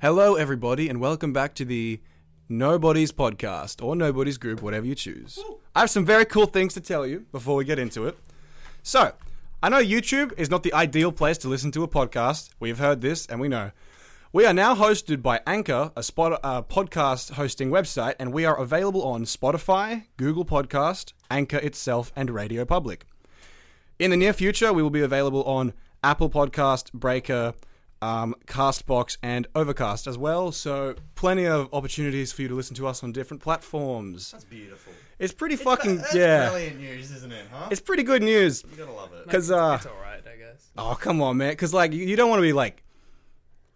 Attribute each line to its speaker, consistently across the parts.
Speaker 1: Hello, everybody, and welcome back to the Nobody's Podcast or Nobody's Group, whatever you choose. I have some very cool things to tell you before we get into it. So, I know YouTube is not the ideal place to listen to a podcast. We've heard this and we know. We are now hosted by Anchor, a spot, uh, podcast hosting website, and we are available on Spotify, Google Podcast, Anchor itself, and Radio Public. In the near future, we will be available on Apple Podcast, Breaker, um, Castbox, and Overcast as well. So plenty of opportunities for you to listen to us on different platforms.
Speaker 2: That's beautiful.
Speaker 1: It's pretty fucking
Speaker 2: That's
Speaker 1: yeah.
Speaker 2: brilliant news, isn't it? Huh?
Speaker 1: It's pretty good news.
Speaker 2: you gotta love it.
Speaker 1: Cause uh,
Speaker 3: It's all right, I guess.
Speaker 1: oh come on, man. Cause like you- you don't want to be like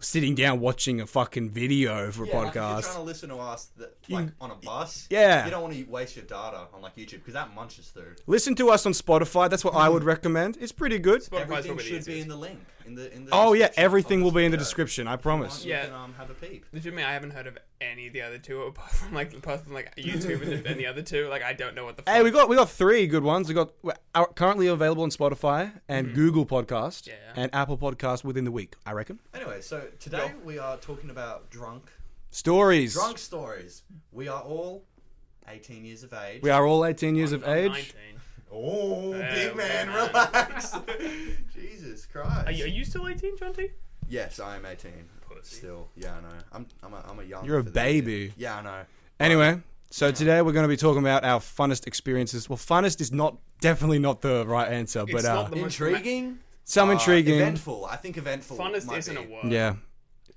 Speaker 1: sitting down watching a fucking video for a
Speaker 2: Like, if You're trying
Speaker 1: podcast.
Speaker 2: to listen to us that, like on a bus.
Speaker 1: yeah.
Speaker 2: You don't want to waste your data on like YouTube because that munches through.
Speaker 1: Listen to us on Spotify. That's what I would recommend. It's pretty good.
Speaker 3: Spotify's
Speaker 2: everything
Speaker 3: probably the
Speaker 2: should be
Speaker 3: easiest.
Speaker 2: in the link in the in the.
Speaker 1: Oh yeah,
Speaker 2: description
Speaker 1: everything
Speaker 2: of
Speaker 1: will be in the
Speaker 2: video.
Speaker 1: description. I
Speaker 2: Why
Speaker 1: promise.
Speaker 2: don't
Speaker 3: Yeah.
Speaker 2: You can, um, have a peep.
Speaker 3: Legitimately, I haven't heard of any of the other two apart from like apart from like YouTube and, and the other two. Like I don't know what the.
Speaker 1: Hey,
Speaker 3: fuck-
Speaker 1: we got we got three good ones. We got we're out- currently available on Spotify and Google Podcast
Speaker 3: Mm-hmm. Yeah.
Speaker 1: and Apple Podcast within the week. I reckon
Speaker 2: Anyway, so today we are talking about drunk
Speaker 1: stories.
Speaker 2: drunk stories. We are all 18 years of age.
Speaker 1: We are all eighteen years of
Speaker 3: I'm
Speaker 1: age.
Speaker 3: 19.
Speaker 2: Oh, big
Speaker 3: we're
Speaker 2: man,
Speaker 3: nine.
Speaker 2: relax. Jesus Christ.
Speaker 3: Are you, are you still 18, Jonty?
Speaker 2: Yes, I am 18.
Speaker 3: Pussy.
Speaker 2: Still, yeah, I know. I'm, I'm, a, I'm a young.
Speaker 1: You're a
Speaker 2: for that.
Speaker 1: baby.
Speaker 2: Yeah, I know.
Speaker 1: Anyway, so today we're going to be talking about our funnest experiences. Well, funnest is not definitely not the right answer, but
Speaker 3: It's
Speaker 1: uh,
Speaker 3: not the most
Speaker 2: Intriguing.
Speaker 1: some
Speaker 2: Uh,
Speaker 1: intriguing.
Speaker 2: eventful. I think eventful.
Speaker 3: Funnest
Speaker 2: might
Speaker 3: isn't
Speaker 2: be.
Speaker 3: a word.
Speaker 1: Yeah,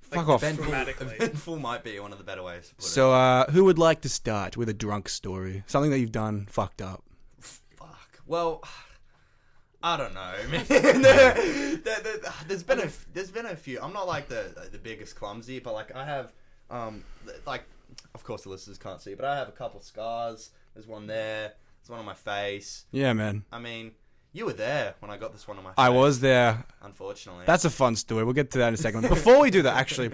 Speaker 1: fuck off.
Speaker 2: Eventful,
Speaker 3: Dramatically.
Speaker 2: eventful might be one of the better ways. To put
Speaker 1: So, uh, who would like to start with a drunk story? Something that you've done fucked up.
Speaker 2: it. Fuck. Well, I don't know. Man. there, has been a, there's been a few. I'm not like the, the biggest clumsy, but like I have, um, th- like, of course the listeners can't see, but I have a couple scars. There's one there. There's one on my face.
Speaker 1: Yeah, man.
Speaker 2: I mean, you were there when I got this one on my. face.
Speaker 1: I was there.
Speaker 2: Unfortunately.
Speaker 1: That's a fun story. We'll get to that in a second. Before we do that, actually,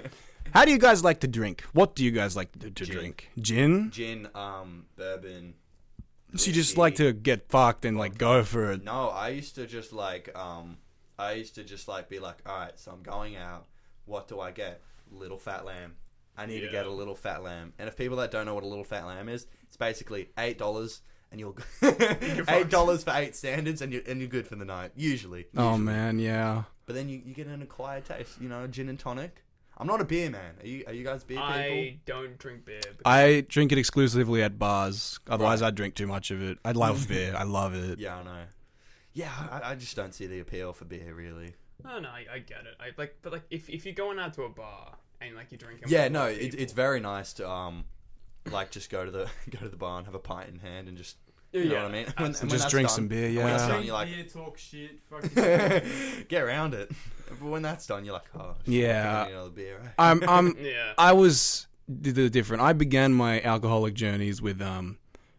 Speaker 1: how do you guys like to drink? What do you guys like to, to
Speaker 2: Gin.
Speaker 1: drink? Gin?
Speaker 2: gin, um, bourbon.
Speaker 1: So you just
Speaker 2: whiskey.
Speaker 1: like to get fucked and like go for it.
Speaker 2: No, I used to just like um, I used to just like be like, all right, so I'm going out. What do I get? Little fat lamb. I need to
Speaker 3: Yeah.
Speaker 2: get a little fat lamb. And if people that don't know what a little fat lamb is, it's basically eight dollars. And you'll eight dollars for eight standards, and you're and you're good for the night usually.
Speaker 1: Oh
Speaker 2: usually.
Speaker 1: man, yeah.
Speaker 2: But then you, you get an acquired taste, you know, gin and tonic. I'm not a beer man. Are you are you guys beer people?
Speaker 3: I don't drink beer. because
Speaker 1: I drink it exclusively at bars. Otherwise, I'd drink too much of it. I love beer. I love it.
Speaker 2: Yeah, I know. Yeah, I, I just don't see the appeal for beer, really.
Speaker 3: Oh no, I, I get it. I like, but like, if if you're going out to a bar and like you're drinking.
Speaker 2: Yeah,
Speaker 3: with
Speaker 2: no,
Speaker 3: other
Speaker 2: it,
Speaker 3: people-
Speaker 2: it's very nice to um, like just go to the go to the bar and have a pint in hand and just you know
Speaker 3: Yeah,
Speaker 2: what I mean.
Speaker 3: abs-
Speaker 2: When- and when
Speaker 1: Just
Speaker 2: that's
Speaker 1: drink
Speaker 2: done-
Speaker 1: some beer,
Speaker 2: and when that's
Speaker 1: yeah.
Speaker 2: done, you're like,
Speaker 4: Beer, talk shit, fucking.
Speaker 2: get around it. But when that's done, you're like, oh, shit,
Speaker 1: Yeah.
Speaker 2: I need another beer. eh?
Speaker 1: I'm. I'm.
Speaker 3: Yeah.
Speaker 1: I was d- the different. I began my alcoholic journeys with um,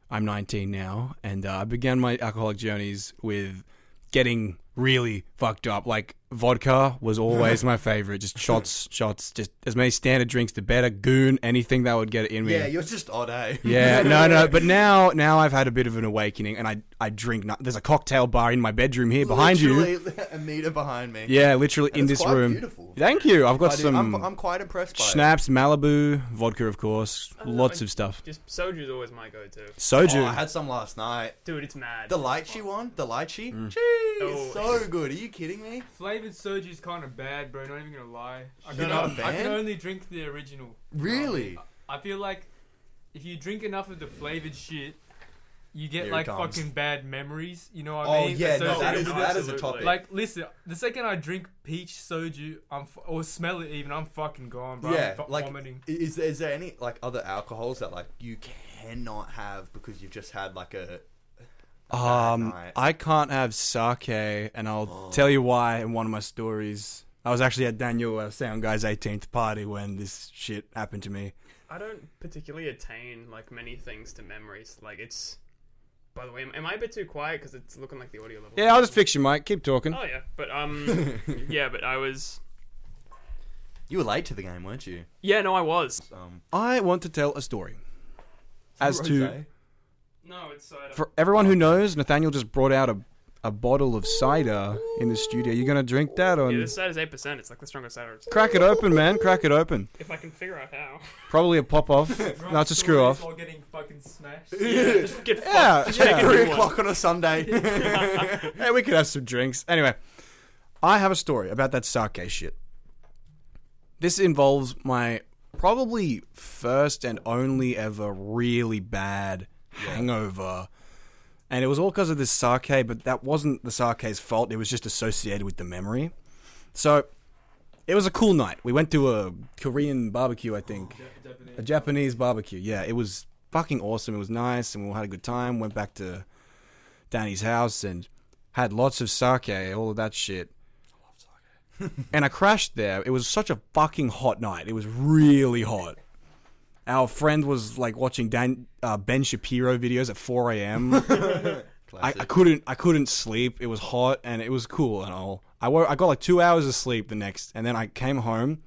Speaker 1: I'm 19 now, and uh, I began my alcoholic journeys with getting really fucked up. Like vodka was always my favorite. Just shots, shots, just as many standard drinks, the better. Goon, anything that would get it in me.
Speaker 2: yeah, you're just odd, eh?
Speaker 1: Yeah, no, no. But now, now I've had a bit of an awakening, and I, I drink. no- There's a cocktail bar in my bedroom here behind you.
Speaker 2: Literally a meter behind me.
Speaker 1: Yeah, literally in
Speaker 2: it's
Speaker 1: this
Speaker 2: quite
Speaker 1: room.
Speaker 2: beautiful.
Speaker 1: Thank you. I've got
Speaker 2: I do-
Speaker 1: some
Speaker 2: I'm, I'm quite impressed by it.
Speaker 1: schnapps, Malibu, vodka, of course,
Speaker 3: I don't know,
Speaker 1: lots
Speaker 3: Oh, I-
Speaker 1: of stuff.
Speaker 3: Just soju is always my go-to.
Speaker 1: Soju.
Speaker 2: Oh, I had some last night.
Speaker 3: Dude, it's mad.
Speaker 2: The lychee one, the lychee.
Speaker 1: Mm.
Speaker 2: Jeez,
Speaker 3: Oh,
Speaker 2: so good. Are you kidding me?
Speaker 4: Flavored soju's kind of bad, bro. Not even gonna lie. I
Speaker 2: You're
Speaker 4: can,
Speaker 2: not a
Speaker 4: I
Speaker 2: fan?
Speaker 4: can only drink the original.
Speaker 2: Really?
Speaker 4: I feel like if you drink enough of the flavored shit, you get
Speaker 2: Here it
Speaker 4: like
Speaker 2: comes.
Speaker 4: fucking bad memories. You know what
Speaker 2: Oh
Speaker 4: I mean?
Speaker 2: yeah, no,
Speaker 4: Associated
Speaker 2: that is
Speaker 4: with
Speaker 3: Absolutely.
Speaker 2: that is a
Speaker 3: Absolutely.
Speaker 2: topic.
Speaker 4: it. Like, listen. The second I drink peach soju, I'm f- or smell it even, I'm fucking gone, bro.
Speaker 2: yeah,
Speaker 4: I'm fu-
Speaker 2: like
Speaker 4: vomiting.
Speaker 2: i- is is there any like other alcohols that like you cannot have because you've just had like a
Speaker 1: Um,
Speaker 2: night. Oh.
Speaker 1: I can't have sake, and I'll tell you why in one of my stories. I was actually at Daniel uh, Sound Guy's 18th party when this shit happened to me.
Speaker 3: I don't particularly attain like many things to memories. Like it's. By the way, am, am I a bit too quiet? Because it's looking like the audio level.
Speaker 1: Yeah, I'll just fix your mic. Keep talking.
Speaker 3: Oh yeah, but um, yeah, but I was.
Speaker 2: you were late to the game, weren't you?
Speaker 3: Yeah, no, I was.
Speaker 2: Um,
Speaker 1: I want to tell a story. As to
Speaker 2: Rosé?
Speaker 3: No, it's cider.
Speaker 1: for everyone who knows, Nathaniel just brought out a a bottle of cider in the studio. You gonna drink that or
Speaker 3: Yeah, this side is eight percent. It's like the strongest cider. It's-
Speaker 1: crack it open, man? Crack it open.
Speaker 3: If I can figure out how,
Speaker 1: Probably a pop off. no, it's a screw off.
Speaker 4: While getting fucking smashed.
Speaker 3: yeah, just get
Speaker 1: Yeah,
Speaker 3: fucked. Just
Speaker 1: yeah.
Speaker 3: make a
Speaker 2: Three
Speaker 3: new one.
Speaker 2: o'clock on a Sunday.
Speaker 1: Hey, we could have some drinks. Anyway, I have a story about that sake shit. This involves my probably first and only ever really bad hangover. And it was all because of this sake, but that wasn't the sake's fault. It was just associated with the memory. So it was a cool night. We went to a Korean barbecue, I think. A Japanese barbecue. Yeah, it was fucking awesome. It was nice, and we all had a good time. Went back to Danny's house and had lots of sake, all of that shit. and I crashed there. It was such a fucking hot night. It was really hot. Our friend was like watching Dan, uh, Ben Shapiro videos at 4 a.m. I, I couldn't I couldn't sleep. It was hot and it was cool and all. I woke, I got like two hours of sleep the next, and then I came home.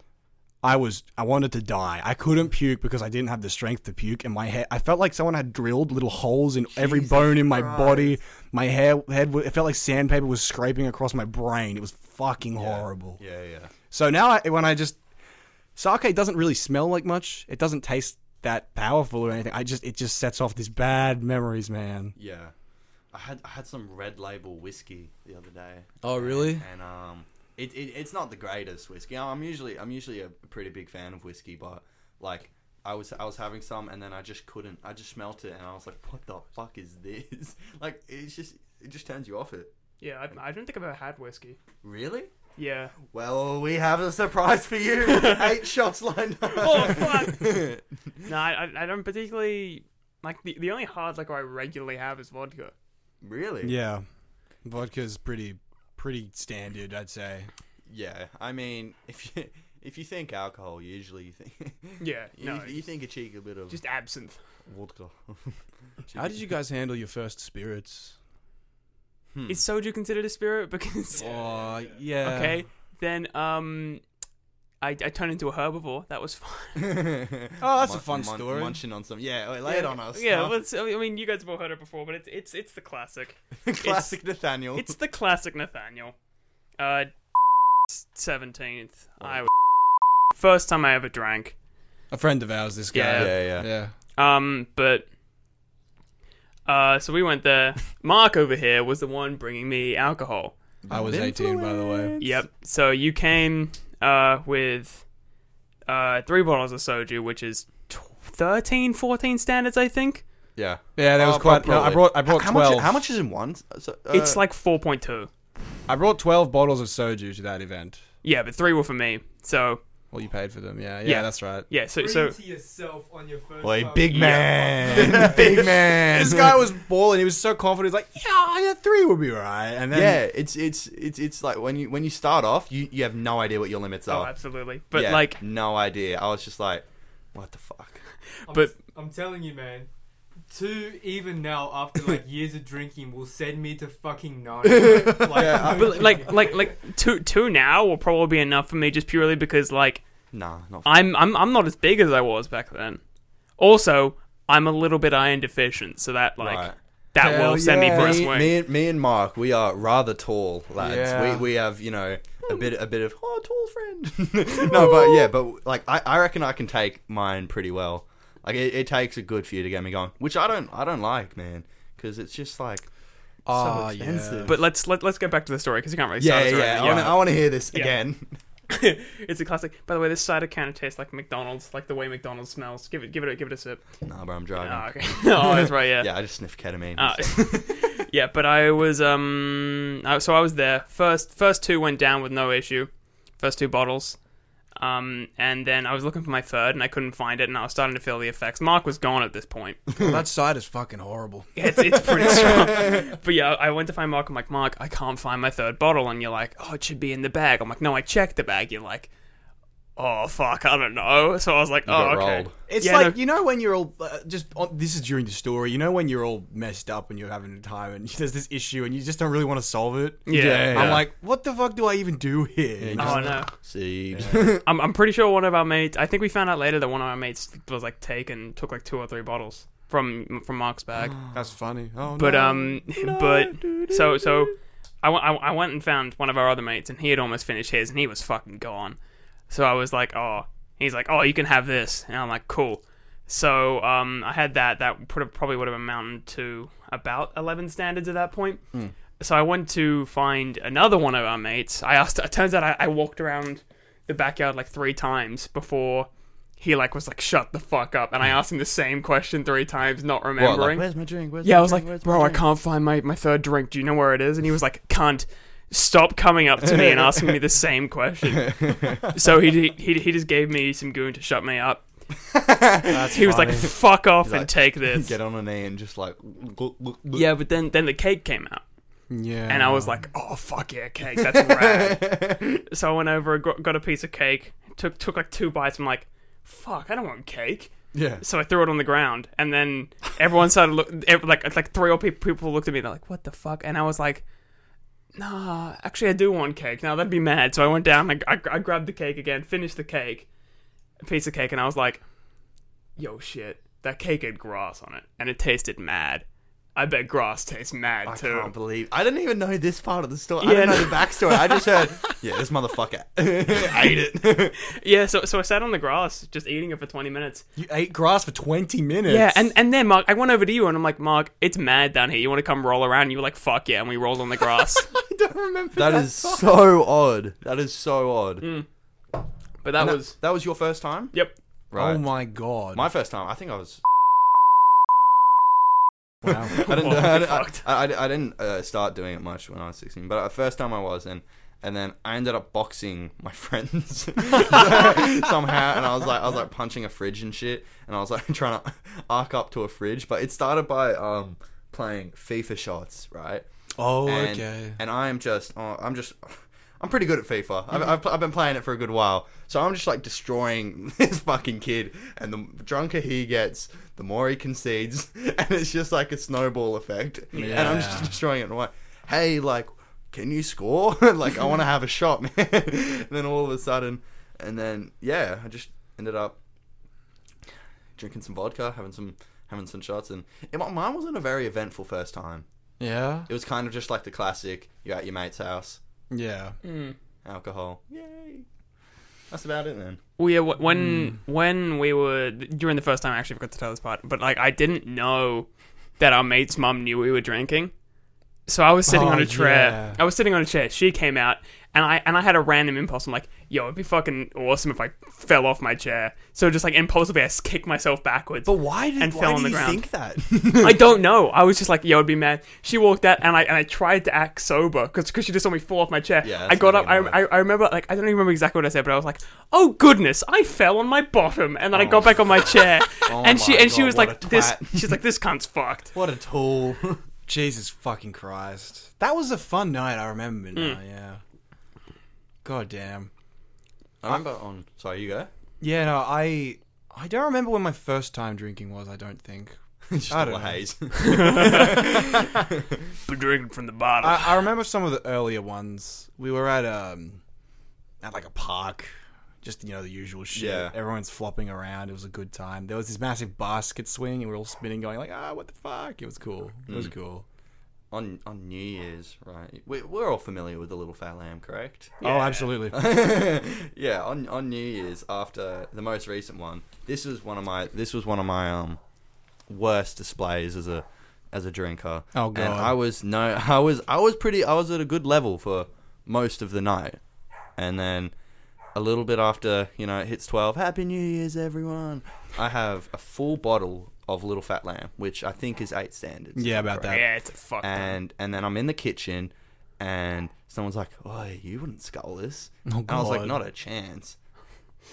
Speaker 1: I was I wanted to die. I couldn't puke because I didn't have the strength to puke, and my hair. I felt like someone had drilled little holes in every bone in my body. My hair head. w- It felt like sandpaper was scraping across my brain. It was fucking horrible.
Speaker 2: yeah, yeah.
Speaker 1: So now I, when I just sake doesn't really smell like much. It doesn't taste that powerful or anything. I just it just sets off these bad memories, man.
Speaker 2: Yeah. I had I had some red label whiskey the other day.
Speaker 1: Oh, really?
Speaker 2: And um it, it it's not the greatest whiskey. I'm usually I'm usually a pretty big fan of whiskey, but like I was I was having some and then I just couldn't. I just smelt it and I was like, "What the fuck is this?" like it's just it just turns you off it.
Speaker 3: Yeah, I, I don't think I've ever had whiskey.
Speaker 2: Really?
Speaker 3: Yeah.
Speaker 2: Well, we have a surprise for you. Eight shots lined up.
Speaker 3: Oh fuck! no, I, I- I don't particularly like the the only hard liquor I regularly have is vodka.
Speaker 2: Really?
Speaker 1: Yeah, vodka's pretty pretty standard, I'd say.
Speaker 2: Yeah, I mean, if you if you think alcohol, usually you think
Speaker 3: Yeah,
Speaker 2: you,
Speaker 3: no,
Speaker 2: you think a cheek a bit of
Speaker 3: Just absinthe.
Speaker 2: vodka.
Speaker 1: How did you guys handle your first spirits?
Speaker 2: Hmm.
Speaker 3: Is soju considered a spirit? Because
Speaker 1: Oh yeah.
Speaker 3: okay, then um, I I turned into a herbivore. That was fun.
Speaker 1: Oh, that's a fun story.
Speaker 2: Munching on some, yeah, wait, lay it on us.
Speaker 3: Yeah,
Speaker 2: huh?
Speaker 3: well, it's, I mean, you guys have all heard it before, but it's it's it's the classic.
Speaker 2: classic Nathaniel.
Speaker 3: It's the classic Nathaniel. Uh, seventeenth.
Speaker 2: Oh.
Speaker 3: I was first time I ever drank.
Speaker 1: A friend of ours, this guy.
Speaker 3: Yeah.
Speaker 2: Yeah, yeah.
Speaker 3: Um, but uh, so we went there. Mark over here was the one bringing me alcohol.
Speaker 1: I was 18, by the way.
Speaker 3: Yep. So you came uh with uh three bottles of soju, which is t- 13, 14 standards, I think.
Speaker 2: yeah.
Speaker 1: Yeah, that was
Speaker 2: Oh,
Speaker 1: quite. No,
Speaker 2: probably.
Speaker 1: I brought I brought
Speaker 2: how,
Speaker 1: twelve.
Speaker 2: Much, how much is in one? So, uh,
Speaker 3: It's like four point two.
Speaker 1: I brought twelve bottles of soju to that event.
Speaker 3: Yeah, but three were for me. So
Speaker 1: Well, you paid for them. Yeah, yeah,
Speaker 3: Yeah.
Speaker 1: that's right.
Speaker 3: yeah, so
Speaker 4: Bring
Speaker 3: so
Speaker 4: to yourself on your first.
Speaker 2: Oi,
Speaker 4: fucking-
Speaker 2: big man, big man.
Speaker 1: This guy was balling. He was so confident. He's like, yeah, yeah, three will be right. And then
Speaker 2: Yeah, it's it's it's it's like when you when you start off, you you have no idea what your limits
Speaker 3: oh,
Speaker 2: are.
Speaker 3: absolutely. But
Speaker 2: Yeah,
Speaker 3: like
Speaker 2: no idea. I was just like, what the fuck?
Speaker 4: I'm,
Speaker 3: But-
Speaker 4: I'm telling you, man. Two even now after like years of drinking will send me to fucking nine. like,
Speaker 2: Yeah,
Speaker 3: but like like like two two now will probably be enough for me just purely because like
Speaker 2: Nah, not.
Speaker 3: I'm I'm I'm not as big as I was back then. Also, I'm a little bit iron deficient, so that like
Speaker 2: Right.
Speaker 3: that
Speaker 1: Hell
Speaker 3: will send
Speaker 1: yeah.
Speaker 3: me for a
Speaker 2: me,
Speaker 3: swing.
Speaker 2: me and me and Mark, we are rather tall lads.
Speaker 1: Yeah.
Speaker 2: We we have you know a bit a bit of oh tall friend. no, but yeah, but like I, I reckon I can take mine pretty well. Like it, it takes a good few to get me going, which I don't I don't like, man, because it's just like
Speaker 1: Ah, yeah.
Speaker 2: expensive.
Speaker 3: But let's let, let's go back to the story because you can't really
Speaker 2: yeah
Speaker 3: start
Speaker 2: yeah,
Speaker 3: us
Speaker 2: I
Speaker 3: around.
Speaker 2: wanna- I want to hear this again.
Speaker 3: it's a classic. By the way, this cider kind of tastes like McDonald's, like the way McDonald's smells. Give it give it a, give it a sip.
Speaker 2: nah, bro, I'm
Speaker 3: Oh,
Speaker 2: driving.
Speaker 3: okay. oh, that's right. Yeah.
Speaker 2: yeah, I just sniff ketamine.
Speaker 3: Uh,
Speaker 2: so-
Speaker 3: yeah, but I was um, I, so I was there. First, first two went down with no issue. First two bottles, um, and then I was looking for my third, and I couldn't find it, and I was starting to feel the effects. Mark was gone at this point.
Speaker 1: Well, that side is fucking horrible.
Speaker 3: Yeah, it's, it's pretty strong. but yeah, I went to find Mark. I'm like, Mark, I can't find my third bottle. And you're like, oh, it should be in the bag. I'm like, no, I checked the bag. You're like, oh, fuck, I don't know. So I was like, oh,
Speaker 2: got
Speaker 3: okay.
Speaker 2: rolled.
Speaker 1: It's
Speaker 3: Yeah,
Speaker 1: like
Speaker 3: no-
Speaker 1: you know when you're all uh, just on, this is during the story. You know when you're all messed up and you're having a time and there's this issue and you just don't really want to solve it.
Speaker 3: Yeah. Yeah,
Speaker 1: I'm
Speaker 2: yeah.
Speaker 1: like, what the fuck do I even do here?
Speaker 2: Yeah,
Speaker 3: Oh, no.
Speaker 2: See,
Speaker 3: I'm, I'm pretty sure one of our mates, I think we found out later that one of our mates was like taken, took like two or three bottles. from from Mark's bag.
Speaker 1: That's funny. Oh,
Speaker 3: But
Speaker 1: no.
Speaker 3: um,
Speaker 1: No,
Speaker 3: but
Speaker 1: doo-doo.
Speaker 3: so so, I went- I- I went and found one of our other mates, and he had almost finished his, and he was fucking gone. So I was like, oh, he's like, oh, you can have this, and I'm like, cool. So um, I had that. That put probably would have amounted to about eleven standards at that point. So I went to find another one of our mates. I asked. It turns out I, I walked around the backyard like three times before. He like was like shut the fuck up, and I asked him the same question three times, not remembering.
Speaker 2: Where's my drink? Where's
Speaker 3: Yeah,
Speaker 2: my
Speaker 3: I was
Speaker 2: drink?
Speaker 3: like,
Speaker 2: Where's my
Speaker 3: bro, I
Speaker 2: drink?"
Speaker 3: can't find my, my third drink. Do you know where it is? And he was like, cunt, stop coming up to me and asking me the same question. so he, he he just gave me some goon to shut me up.
Speaker 1: That's
Speaker 3: He was like,
Speaker 1: funny.
Speaker 3: fuck off
Speaker 2: He's
Speaker 3: and
Speaker 2: like,
Speaker 3: take this.
Speaker 2: Get on a knee and just like. look, look, look.
Speaker 3: Yeah, but then then the cake came out,
Speaker 1: yeah.
Speaker 3: and I was like, oh fuck yeah, cake, that's rad. so I went over, got, got a piece of cake, took took like two bites. I'm like, fuck, I don't want cake.
Speaker 1: yeah.
Speaker 3: So I threw it on the ground, and then everyone started look ev- like like three or pe- people looked at me. They're like, "What the fuck?" And I was like, "Nah, actually, I do want cake." Now that'd be mad. So I went down. I, I, I grabbed the cake again, finished the cake, a piece of cake, and I was like, "Yo, shit, that cake had grass on it, and it tasted mad. I bet grass tastes mad
Speaker 2: I
Speaker 3: too."
Speaker 2: can't believe I didn't even know this part of the story. I
Speaker 3: Yeah,
Speaker 2: didn't know
Speaker 3: no.
Speaker 2: the backstory. I just heard, yeah, this motherfucker ate it.
Speaker 3: yeah. So so I sat on the grass, just eating it for twenty minutes.
Speaker 1: You ate grass for 20 minutes.
Speaker 3: Yeah, and, and then Mark, I went over to you and I'm like, Mark, it's mad down here. You want to come roll around? And you were like, fuck yeah, and we rolled on the grass.
Speaker 1: I don't remember
Speaker 2: that is so odd. That is so odd.
Speaker 3: but that
Speaker 2: And that,
Speaker 3: was
Speaker 2: that was your first time,
Speaker 3: yep.
Speaker 2: right?
Speaker 1: Oh my god.
Speaker 2: my first time. I think I was.
Speaker 1: wow.
Speaker 2: I didn't.
Speaker 3: Oh,
Speaker 2: I,
Speaker 3: you
Speaker 2: didn't- I,
Speaker 3: fucked.
Speaker 2: I, I didn't uh, start doing it much when I was sixteen, but the first time I was, and and then I ended up boxing my friends somehow, and I was like, I was like punching a fridge and shit, and I was like trying to arc up to a fridge, but it started by um playing FIFA shots, right?
Speaker 1: Oh,
Speaker 2: and,
Speaker 1: okay.
Speaker 2: And I am just, oh, I'm just, I'm pretty good at FIFA.
Speaker 1: Mm-hmm.
Speaker 2: I've, I've, I've been playing it for a good while, so I'm just like destroying this fucking kid. And the drunker he gets, the more he concedes, and it's just like a snowball effect. And I'm just
Speaker 1: Yeah.
Speaker 2: destroying it. And I'm like, hey, like, can you score? like, I want to have a shot, man. and then all of a sudden, and then yeah, I just ended up drinking some vodka, having some. Having some shots, and it, mine wasn't a very eventful first time.
Speaker 1: Yeah.
Speaker 2: It was kind of just like the classic: you're at your mate's house,
Speaker 1: Yeah.
Speaker 2: Mm. alcohol. Yay! That's about it then.
Speaker 3: Well, yeah. wh- When
Speaker 1: Hmm.
Speaker 3: when we were during the first time, I actually forgot to tell this part, but like I didn't know that our mate's mum knew we were drinking. So I was sitting
Speaker 1: Oh,
Speaker 3: on a chair.
Speaker 1: yeah.
Speaker 3: I was sitting on a chair. She came out, and I and I had a random impulse. I'm like, "Yo, it'd be fucking awesome if I fell off my chair." So just like impulsively, I s- kicked myself backwards.
Speaker 2: But why did,
Speaker 3: And
Speaker 2: why
Speaker 3: fell on
Speaker 2: did
Speaker 3: the
Speaker 2: you
Speaker 3: ground.
Speaker 2: think that?
Speaker 3: I don't know. I was just like, "Yo, it'd be mad." She walked out, and I and I tried to act sober because she just saw me fall off my chair.
Speaker 2: Yeah, that's
Speaker 3: I got
Speaker 2: not
Speaker 3: up. I,
Speaker 2: gonna
Speaker 3: I I remember like I don't even remember exactly what I said, but I was like, "Oh goodness, I fell on my bottom," and then I got back on my chair, and she
Speaker 2: Oh. my
Speaker 3: and she
Speaker 2: God,
Speaker 3: was
Speaker 2: what
Speaker 3: like,
Speaker 2: a
Speaker 3: "This,"
Speaker 2: twat.
Speaker 3: she's like, "This cunt's fucked."
Speaker 2: what a tool!
Speaker 1: Jesus fucking Christ. That was a fun night, I remember now,
Speaker 2: Hmm.
Speaker 1: yeah. God damn.
Speaker 2: I remember on. Sorry, you go.
Speaker 1: Yeah, no, I I don't remember when my first time drinking was, I don't think.
Speaker 2: It's just
Speaker 1: I
Speaker 2: I
Speaker 1: don't
Speaker 2: all a
Speaker 1: know.
Speaker 2: haze.
Speaker 3: But drinking from the bottom.
Speaker 1: I, I remember some of the earlier ones. We were at um at like a park. Just you know the usual shit.
Speaker 2: Yeah.
Speaker 1: Everyone's flopping around. It was a good time. There was this massive basket swing, and we were all spinning, going like, "Ah, what the fuck!" It was cool. It was cool.
Speaker 2: on on New Year's, right? We, we're all familiar with the little fat lamb, correct?
Speaker 1: Oh, absolutely.
Speaker 2: yeah, on on New Year's after the most recent one, this was one of my this was one of my um worst displays as a as a drinker.
Speaker 1: Oh, God.
Speaker 2: And I was no, I was I was pretty I was at a good level for most of the night, and then a little bit after you know it hits twelve, Happy New Year's everyone. I have a full bottle of Little Fat Lamb, which I think is eight standards.
Speaker 1: yeah, about
Speaker 2: Uh,
Speaker 1: that.
Speaker 3: yeah, it's a fucked. up.
Speaker 2: And and then I'm in the kitchen, and someone's like, "Oh, you wouldn't scull this," and I was like,
Speaker 1: God.
Speaker 2: "Not a chance."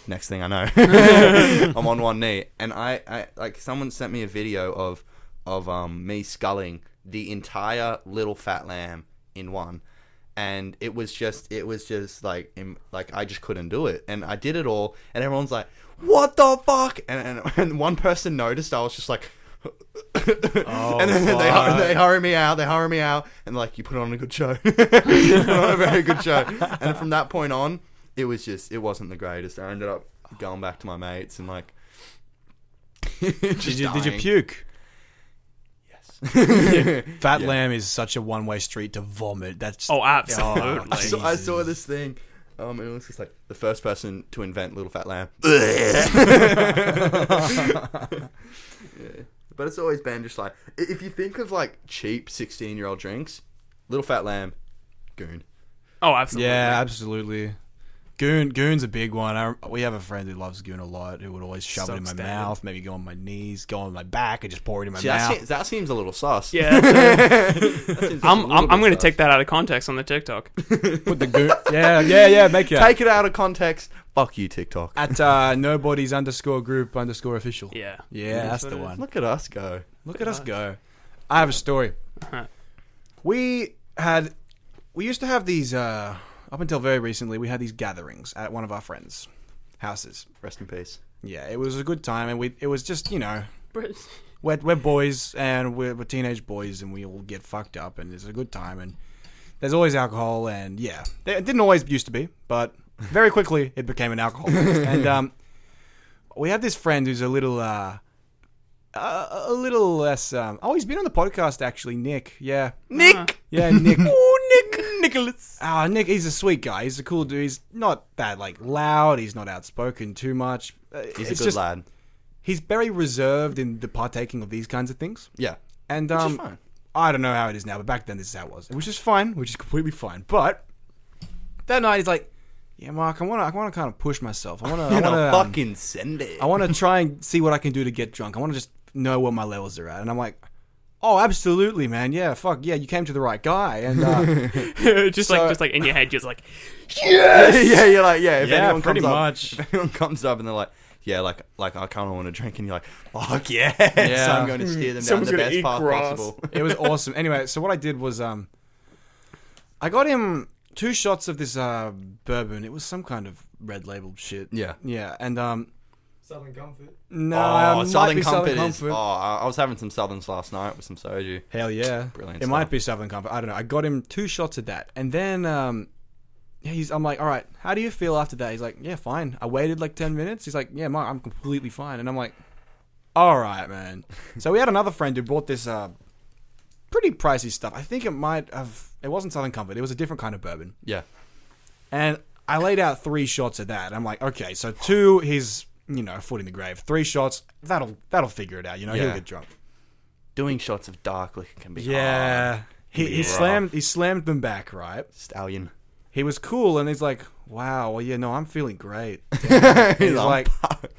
Speaker 2: Next thing I know, I'm on one knee, and I, I like someone sent me a video of of um me sculling the entire little fat lamb in one, and it was just it was just like im- like I just couldn't do it, and I did it all, and everyone's like, "What the fuck?" And and, and one person noticed I was just like.
Speaker 1: Oh,
Speaker 2: and then they, hur-
Speaker 1: fuck.
Speaker 2: they hurry me out. They hurry me out, and like you put on a good show, you put on a very good show. And from that point on, it was just it wasn't the greatest. I ended up going back to my mates and like.
Speaker 1: Did you did you puke?
Speaker 2: ass.
Speaker 1: Fat Lamb is such a one way street to vomit. That's
Speaker 3: Oh, absolutely.
Speaker 2: I saw, I saw this thing, um, and it was just like the first person to invent Little Fat Lamb. Yeah. But it's always been just like i- if you think of like cheap sixteen-year-old drinks, Little Fat Lamb, goon.
Speaker 3: Oh, absolutely.
Speaker 1: yeah, absolutely. Goon, Goon's a big one. I, we have a friend who loves Goon a lot. Who would always shove it in my
Speaker 3: Substandard.
Speaker 1: mouth, maybe go on my knees, go on my back, and just pour it in my
Speaker 2: See, that,
Speaker 1: mouth.
Speaker 2: seems, that seems a little sus.
Speaker 3: Yeah, so-
Speaker 2: That seems a
Speaker 3: I'm
Speaker 2: little
Speaker 3: I'm, I'm
Speaker 2: bit
Speaker 3: going to
Speaker 2: sus.
Speaker 3: take that out of context on the TikTok.
Speaker 1: Put the Goon. Yeah, yeah, yeah. Make it
Speaker 2: take it out of context. Fuck you, TikTok.
Speaker 1: at uh, nobody's underscore group underscore official.
Speaker 3: Yeah.
Speaker 1: Yeah, that's
Speaker 3: what
Speaker 1: the
Speaker 3: it is.
Speaker 1: one.
Speaker 2: Look at us go.
Speaker 1: Look at us go. I have a story.
Speaker 3: Uh-huh.
Speaker 1: We had, we used to have these, uh, up until very recently, we had these gatherings at one of our friends' houses.
Speaker 2: Rest in peace.
Speaker 1: Yeah, it was a good time, and we, it was just, you know, we're, we're boys and we're, we're teenage boys and we all get fucked up and it's a good time and there's always alcohol and yeah it didn't always used to be but very quickly it became an alcohol fest. and um, we have this friend who's a little uh, a, a little less um, oh he's been on the podcast actually nick yeah
Speaker 2: Nick.
Speaker 1: yeah nick
Speaker 2: Oh, Nick. Nicholas.
Speaker 1: Ah, Nick, he's a sweet guy. He's a cool dude. He's not that like loud. He's not outspoken too much. Uh,
Speaker 2: He's
Speaker 1: it's
Speaker 2: a good
Speaker 1: just-
Speaker 2: lad.
Speaker 1: He's very reserved in the partaking of these kinds of things.
Speaker 2: Yeah.
Speaker 1: And
Speaker 2: Which
Speaker 1: um,
Speaker 2: is fine.
Speaker 1: I don't know how it is now, but back then this is how it was, which is fine, which is completely fine. But that night he's like, "Yeah, Mark, I want to, I want to kind of push myself. I want to, I
Speaker 2: And
Speaker 1: want
Speaker 2: a
Speaker 1: to, um,
Speaker 2: fucking send it.
Speaker 1: I want to try and see what I can do to get drunk. I want to just know what my levels are at." And I'm like, "Oh, absolutely, man. Yeah, fuck yeah, you came to the right guy." And uh,
Speaker 3: just
Speaker 1: So-
Speaker 3: like just like in your head, just like
Speaker 2: yeah, you're like, yeah. If
Speaker 1: Yeah,
Speaker 2: anyone
Speaker 1: pretty
Speaker 2: comes
Speaker 1: much.
Speaker 2: Up, if anyone comes up and they're like, yeah, like, like I kind of want to drink, and you're like, fuck yeah. So I'm going to steer them down
Speaker 3: Someone's
Speaker 2: the
Speaker 3: gonna
Speaker 2: best
Speaker 3: eat
Speaker 2: path
Speaker 3: grass.
Speaker 2: possible.
Speaker 1: it was awesome. Anyway, so what I did was, um, I got him two shots of this uh, bourbon. It was some kind of red label shit.
Speaker 2: Yeah.
Speaker 1: yeah, and um,
Speaker 4: Southern comfort.
Speaker 1: no,
Speaker 2: oh,
Speaker 1: it might
Speaker 2: Southern
Speaker 1: be
Speaker 2: Comfort,
Speaker 1: Southern
Speaker 2: is. Oh, I I was having some Southerns last night with some soju.
Speaker 1: Hell yeah,
Speaker 2: Brilliant
Speaker 1: It
Speaker 2: stuff.
Speaker 1: might be Southern Comfort. I don't know. I got him two shots of that, and then um, yeah, he's. I'm like, all right, how do you feel after that? He's like, yeah, fine. I waited like ten minutes. He's like, yeah, Mark, I'm completely fine. And I'm like, all right, man. so we had another friend who bought this uh, pretty pricey stuff. I think it might have. It wasn't Southern Comfort. It was a different kind of bourbon.
Speaker 2: Yeah.
Speaker 1: And I laid out three shots of that. I'm like, okay, so two, he's you know foot in the grave. Three shots, that'll that'll figure it out. You know, he'll
Speaker 2: Yeah.
Speaker 1: get drunk.
Speaker 2: Doing shots of dark liquor can be hard.
Speaker 1: Yeah. He, he
Speaker 2: Yeah.
Speaker 1: slammed he slammed them back, right?
Speaker 2: Stallion.
Speaker 1: He was cool and he's like, Wow, well yeah, no, I'm feeling great.
Speaker 2: He's
Speaker 1: He's like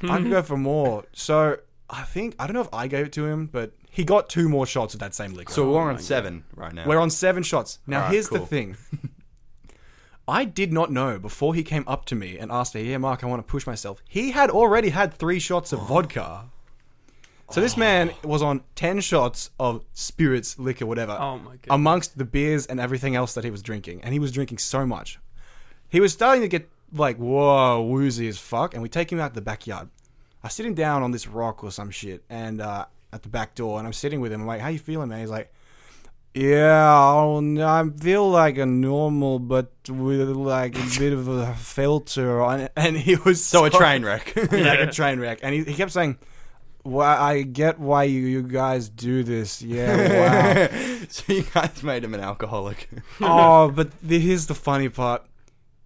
Speaker 2: "I'm
Speaker 1: I can go for more. So I think I don't know if I gave it to him, but he got two more shots of that same liquor.
Speaker 2: So we're on seven right now.
Speaker 1: we're on seven shots. Now
Speaker 2: Alright,
Speaker 1: here's the
Speaker 2: cool.
Speaker 1: thing. I did not know before he came up to me and asked me, Yeah, Mark, I want to push myself. He had already had three shots of vodka. So this man was on ten shots of spirits, liquor, whatever
Speaker 3: oh my god.
Speaker 1: amongst the beers and everything else that he was drinking. And he was drinking so much. He was starting to get like, whoa, woozy as fuck. And we take him out to the backyard. I sit him down on this rock or some shit and uh, at the back door. And I'm sitting with him. I'm like, how you feeling, man? He's like, yeah, I'll- I feel like a normal, but with like a bit of a filter on it. And he was
Speaker 2: so a train wreck.
Speaker 1: like a train wreck. And he, he kept saying, "Why I get why you, you guys do this. Yeah, wow
Speaker 2: so you guys made him an alcoholic.
Speaker 1: oh, but the, here's the funny part.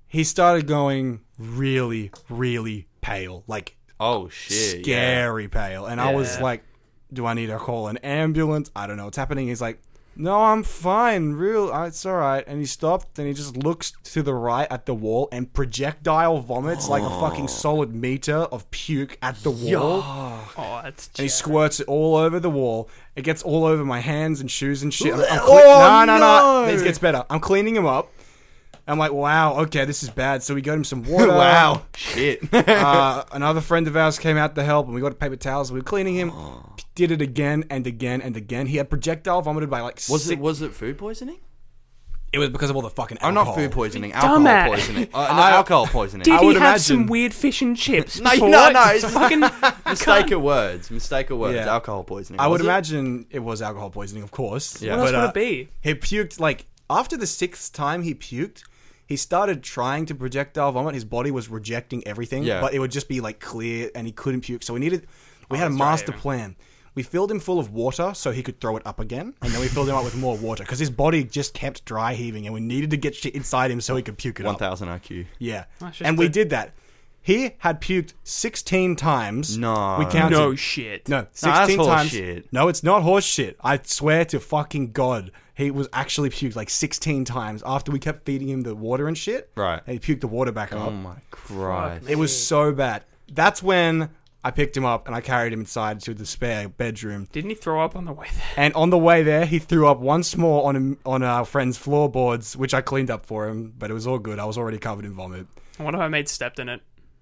Speaker 1: He started going really, really pale, like
Speaker 2: Oh shit! Yeah.
Speaker 1: scary pale, and I was
Speaker 3: Yeah.
Speaker 1: like, "Do I need to call an ambulance? I don't know what's happening." He's like, "No, I'm fine. Real, uh, it's all right." And he stopped, and he just looks to the right at the wall and projectile vomits like a fucking solid meter of puke at the wall.
Speaker 3: oh, that's
Speaker 1: And he
Speaker 3: just-
Speaker 1: squirts it all over the wall. It gets all over my hands and shoes and shit. I'm, I'm
Speaker 2: Oh,
Speaker 1: cle- no, no, no,
Speaker 2: no.
Speaker 1: This gets better. I'm cleaning him up. I'm like, wow, okay, this is bad. So we got him some water.
Speaker 2: wow. Shit.
Speaker 1: Uh, another friend of ours came out to help, and we got paper towels. We were cleaning him. Did it again and again and again. He had projectile vomited by like
Speaker 2: was
Speaker 1: six.
Speaker 2: it was it food poisoning?
Speaker 1: It was because of all the fucking
Speaker 2: Oh,
Speaker 1: alcohol.
Speaker 2: not food poisoning. Alcohol
Speaker 3: dumbass.
Speaker 2: poisoning. Uh, no, alcohol poisoning.
Speaker 3: Did
Speaker 1: I
Speaker 3: he
Speaker 1: would
Speaker 3: have some
Speaker 1: imagine-
Speaker 3: weird fish and chips?
Speaker 2: No,
Speaker 3: before?
Speaker 2: no, no, it's-
Speaker 3: fucking
Speaker 2: Mistake of words. Mistake of words.
Speaker 1: Yeah.
Speaker 2: Alcohol poisoning.
Speaker 1: I would
Speaker 2: was it?
Speaker 1: imagine it was alcohol poisoning, of course.
Speaker 2: Yeah.
Speaker 3: What else
Speaker 1: But,
Speaker 3: would
Speaker 1: uh,
Speaker 3: it be?
Speaker 1: He puked like after the sixth time he puked. He started trying to projectile vomit. His body was rejecting everything,
Speaker 2: Yeah. Oh,
Speaker 1: but it would just be like clear, and he couldn't puke. So we needed. We had a
Speaker 3: right,
Speaker 1: master
Speaker 3: yeah.
Speaker 1: plan. We filled him full of water so he could throw it up again, and then we filled him up with more water because his body just kept dry heaving, and we needed to get shit inside him so he could puke it up.
Speaker 2: 1000 IQ.
Speaker 1: Yeah,
Speaker 3: That's just
Speaker 1: and we
Speaker 3: good.
Speaker 1: did that. He had puked sixteen times.
Speaker 2: No.
Speaker 1: we counted.
Speaker 3: No shit.
Speaker 1: No,
Speaker 2: that's
Speaker 1: sixteen
Speaker 2: horse
Speaker 1: times.
Speaker 2: shit.
Speaker 1: No, it's not horse shit. I swear to fucking god, he was actually puked like sixteen times after we kept feeding him the water and shit.
Speaker 2: Right.
Speaker 1: and he puked the water back up.
Speaker 2: Oh my Christ.
Speaker 1: It was so bad. That's when I picked him up and I carried him inside to the spare bedroom.
Speaker 3: Didn't he throw up on the way there?
Speaker 1: And on the way there, he threw up once more on him, on our friend's floorboards, which I cleaned up for him. But it was all good. I was already covered in vomit.
Speaker 3: What if I made stepped in it?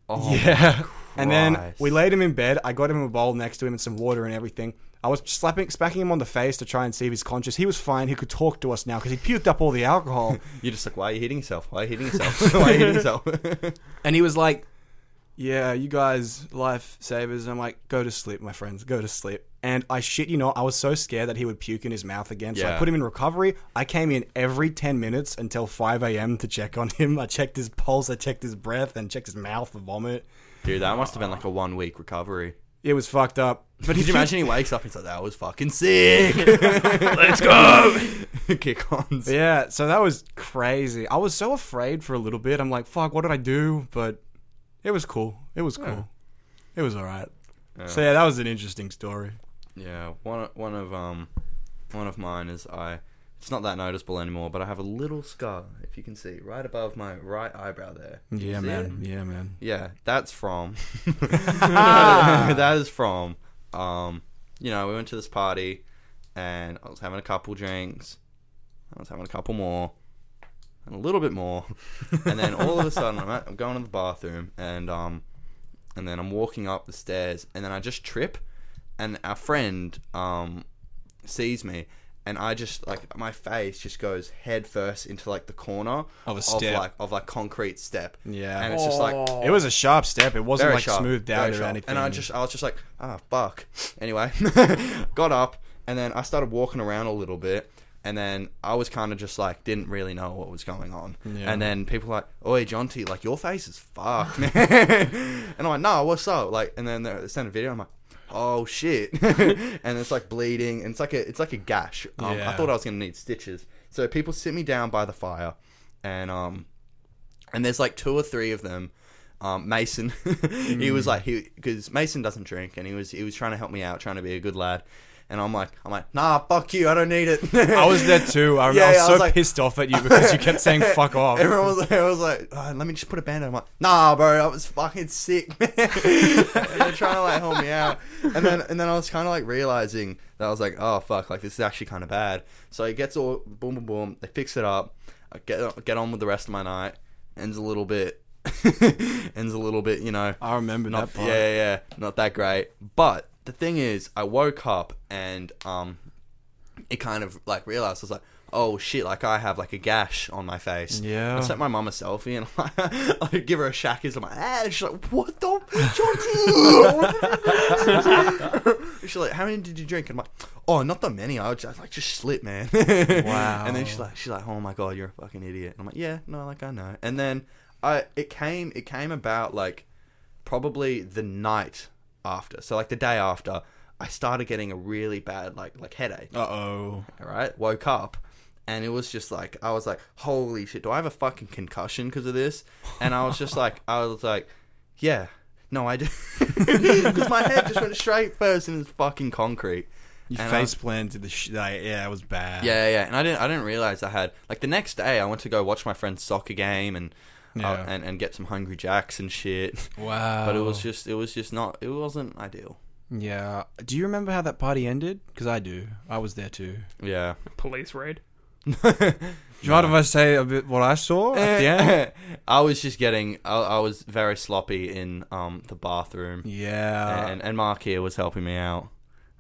Speaker 2: Oh,
Speaker 1: Yeah. And then
Speaker 2: Christ.
Speaker 1: we laid him in bed. I got him a bowl next to him and some water and everything. I was slapping, smacking him on the face to try and see if he's conscious. He was fine. He could talk to us now because he puked up all the alcohol.
Speaker 2: You're just like, why are you hitting yourself? Why are you hitting yourself? why are you hitting yourself?
Speaker 1: and he was like, "Yeah, you guys, lifesavers." And I'm like, "Go to sleep, my friends. Go to sleep." And I shit you not, I was so scared that he would puke in his mouth again. So I
Speaker 2: Yeah.
Speaker 1: put him in recovery. I came in every ten minutes until five a.m. to check on him. I checked his pulse, I checked his breath, and checked his mouth for vomit.
Speaker 2: Dude, that must have been like a one week recovery.
Speaker 1: It was fucked up. But
Speaker 2: Could
Speaker 1: he
Speaker 2: you
Speaker 1: puked-
Speaker 2: imagine he wakes up and he's like, that was fucking sick?
Speaker 3: Let's go.
Speaker 2: Kick ons.
Speaker 1: Yeah, so that was crazy. I was so afraid for a little bit. I'm like, fuck, what did I do? But it was cool. It was cool. It was all right. So yeah, that was an interesting story.
Speaker 2: Yeah, one o- one of um one of mine is I it's not that noticeable anymore, but I have a little scar, if you can see, right above my right eyebrow there. Can you
Speaker 1: Yeah,
Speaker 2: see
Speaker 1: man.
Speaker 2: it?
Speaker 1: Yeah, man.
Speaker 2: Yeah, that's from That is from um you know, we went to this party and I was having a couple drinks. I was having a couple more and a little bit more. and then all of a sudden I'm, at, I'm going to the bathroom and um and then I'm walking up the stairs and then I just trip and our friend um sees me and I just like my face just goes head first into like the corner
Speaker 1: Of a step.
Speaker 2: like of like concrete step.
Speaker 1: Yeah.
Speaker 2: And it's just like
Speaker 1: It was a sharp step. It wasn't
Speaker 2: very
Speaker 1: like
Speaker 2: sharp,
Speaker 1: smoothed out
Speaker 2: very
Speaker 1: or
Speaker 2: sharp.
Speaker 1: anything.
Speaker 2: And I just, I was just like, ah, fuck. Anyway, got up and then I started walking around a little bit. And then I was kind of just like, didn't really know what was going on.
Speaker 1: Yeah.
Speaker 2: And then people were like, oi, Jonty, like, your face is fucked, man. and I'm like, no, what's up? Like, and then they sent a video. I'm like, oh, shit. and it's like bleeding. And it's like a, it's like a gash. Um,
Speaker 1: Yeah.
Speaker 2: I thought I was going to need stitches. So people sit me down by the fire and, um, and there's like two or three of them. Um, Mason, he was like he because Mason doesn't drink, and he was he was trying to help me out, trying to be a good lad. And I'm like, I'm like, nah, fuck you, I don't need it.
Speaker 1: I was there too. I,
Speaker 2: Yeah,
Speaker 1: I was
Speaker 2: yeah, I
Speaker 1: so
Speaker 2: was like-
Speaker 1: pissed off at you because you kept saying "fuck off."
Speaker 2: Everyone was, I was like, "Oh, let me just put a band-aid. I'm like, nah, bro, I was fucking sick, man. and they're trying to like help me out, and then and then I was kind of like realizing that I was like, oh fuck, like this is actually kind of bad. So it gets all boom, boom, boom. They fix it up. I get get on with the rest of my night. Ends a little bit. ends a little bit, you know.
Speaker 1: I remember
Speaker 2: not,
Speaker 1: that part.
Speaker 2: Yeah, yeah, yeah, not that great. But the thing is, I woke up and um, it kind of like realized I was like, oh shit, like I have like a gash on my face.
Speaker 1: Yeah.
Speaker 2: I sent my mum a selfie and I like, give her a shackers. I'm like, ah, and she's like, what the? Jordan?" she's like, how many did you drink? And I'm like, oh, not that many. I was just like, just slip, man.
Speaker 1: Wow.
Speaker 2: And then she's like, she's like, oh my god, you're a fucking idiot. And I'm like, yeah, no, like I know. And then I, it came, it came about like probably the night after. So like the day after, I started getting a really bad like like headache.
Speaker 1: Uh oh.
Speaker 2: All right, woke up, and it was just like I was like, holy shit, do I have a fucking concussion because of this? And I was just like, I was like, yeah, no, I do, because my head just went straight first into fucking concrete.
Speaker 1: You
Speaker 2: And I-
Speaker 1: face planted the shit. Like, yeah, it was bad.
Speaker 2: Yeah, yeah, and I didn't, I didn't realize I had like the next day. I went to go watch my friend's soccer game and uh,
Speaker 1: Yeah.
Speaker 2: and and get some hungry jacks and shit.
Speaker 1: Wow.
Speaker 2: But it was just, it was just not, it wasn't ideal.
Speaker 1: Yeah. Do you remember how that party ended? Because I do. I was there too.
Speaker 2: Yeah.
Speaker 3: Police raid.
Speaker 1: Do you mind if I say a bit what I saw at the end?
Speaker 2: Yeah. I was just getting, I, I was very sloppy in um the bathroom.
Speaker 1: Yeah.
Speaker 2: and and Mark here was helping me out,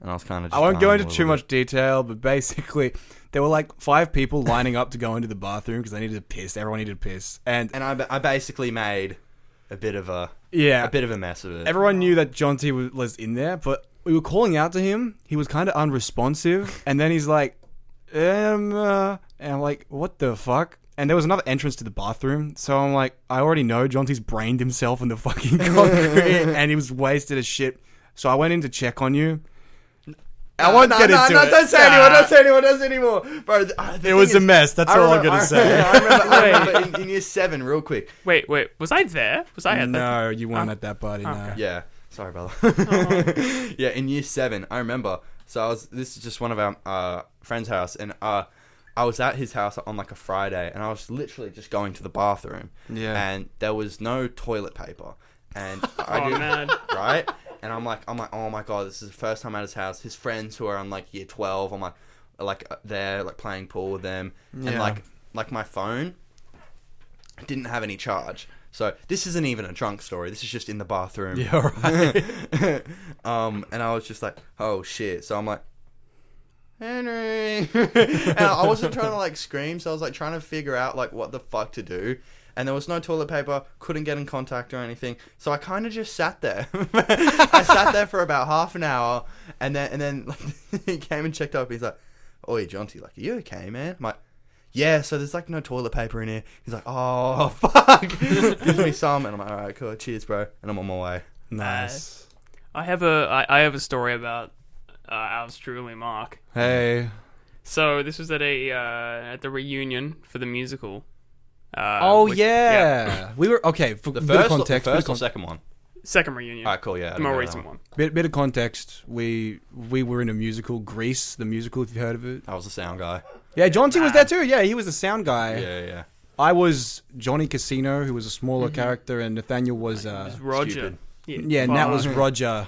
Speaker 2: and I was kind of.
Speaker 1: Uh, I won't go into too much detail, but basically, there were like five people lining up to go into the bathroom because they needed to piss. Everyone needed to piss, and
Speaker 2: And I, I basically made a bit of a
Speaker 1: yeah,
Speaker 2: a bit of a mess of it.
Speaker 1: everyone knew that John T was- was in there, but we were calling out to him. He was kind of unresponsive, and then he's like, um, uh," and I'm like, what the fuck? And there was another entrance to the bathroom, so I'm like, I already know Jonty's brained himself in the fucking concrete, and he was wasted as shit. So I went in to check on you, I won't
Speaker 2: no,
Speaker 1: get
Speaker 2: no,
Speaker 1: into
Speaker 2: no,
Speaker 1: it.
Speaker 2: Don't say anymore.
Speaker 3: Nah.
Speaker 2: Don't say anymore. Don't say anymore, bro. th- uh, the
Speaker 1: It was
Speaker 2: thing
Speaker 1: a
Speaker 2: is-
Speaker 1: mess. That's
Speaker 2: I
Speaker 1: all I'm
Speaker 2: remember-
Speaker 1: gonna
Speaker 2: I
Speaker 1: say.
Speaker 2: remember, I remember, I remember in, in year seven, real quick.
Speaker 3: Wait, wait, was I there? Was I at that?
Speaker 1: No, you weren't at that party. No.
Speaker 3: okay.
Speaker 2: Yeah. Sorry, brother. yeah, in year seven, I remember. So I was. This is just one of our uh, friend's house, and uh, I was at his house on like a Friday, and I was literally just going to the bathroom.
Speaker 1: Yeah.
Speaker 2: And there was no toilet paper, and I
Speaker 3: Oh,
Speaker 2: didn't.
Speaker 3: man.
Speaker 2: Right. And I'm like, I'm like, oh my god, this is the first time at his house. His friends who are on like year twelve, I'm like, like uh, there, like playing pool with them, and
Speaker 1: Yeah.
Speaker 2: like, like my phone didn't have any charge. So this isn't even a drunk story. This is just in the bathroom.
Speaker 1: Yeah, right.
Speaker 2: um, and I was just like, oh shit. So I'm like, Henry. and I wasn't trying to like scream. So I was like trying to figure out like what the fuck to do. And there was no toilet paper. Couldn't get in contact or anything. So I kind of just sat there. I sat there for about half an hour, and then and then like, he came and checked up. He's like, "Oi, Jonty, like, are you okay, man?" I'm like, yeah, so there's like no toilet paper in here. He's like, oh, fuck. Give me some. And I'm like, all right, cool. Cheers, bro. And I'm on my way.
Speaker 1: Nice.
Speaker 3: I have a I, I have a story about uh, ours truly, Mark.
Speaker 1: Hey.
Speaker 3: So this was at a uh, at the reunion for the musical. Uh,
Speaker 1: Oh
Speaker 3: which-
Speaker 1: yeah. we were okay. For the bit of context, bit, of con-
Speaker 2: second one?
Speaker 3: second reunion,
Speaker 2: All right, cool. Yeah.
Speaker 3: the more recent one.
Speaker 1: bit, bit of context. We we were in a musical, Grease, the musical. If you heard of it,
Speaker 2: I was the sound guy.
Speaker 1: yeah, John T was there too. Yeah, he was the sound guy.
Speaker 2: Yeah, yeah.
Speaker 1: I was Johnny Casino, who was a smaller character, and Nathaniel Mm-hmm. was uh,
Speaker 3: It was Roger.
Speaker 2: stupid.
Speaker 1: yeah, and that was
Speaker 3: fuck.
Speaker 1: Roger.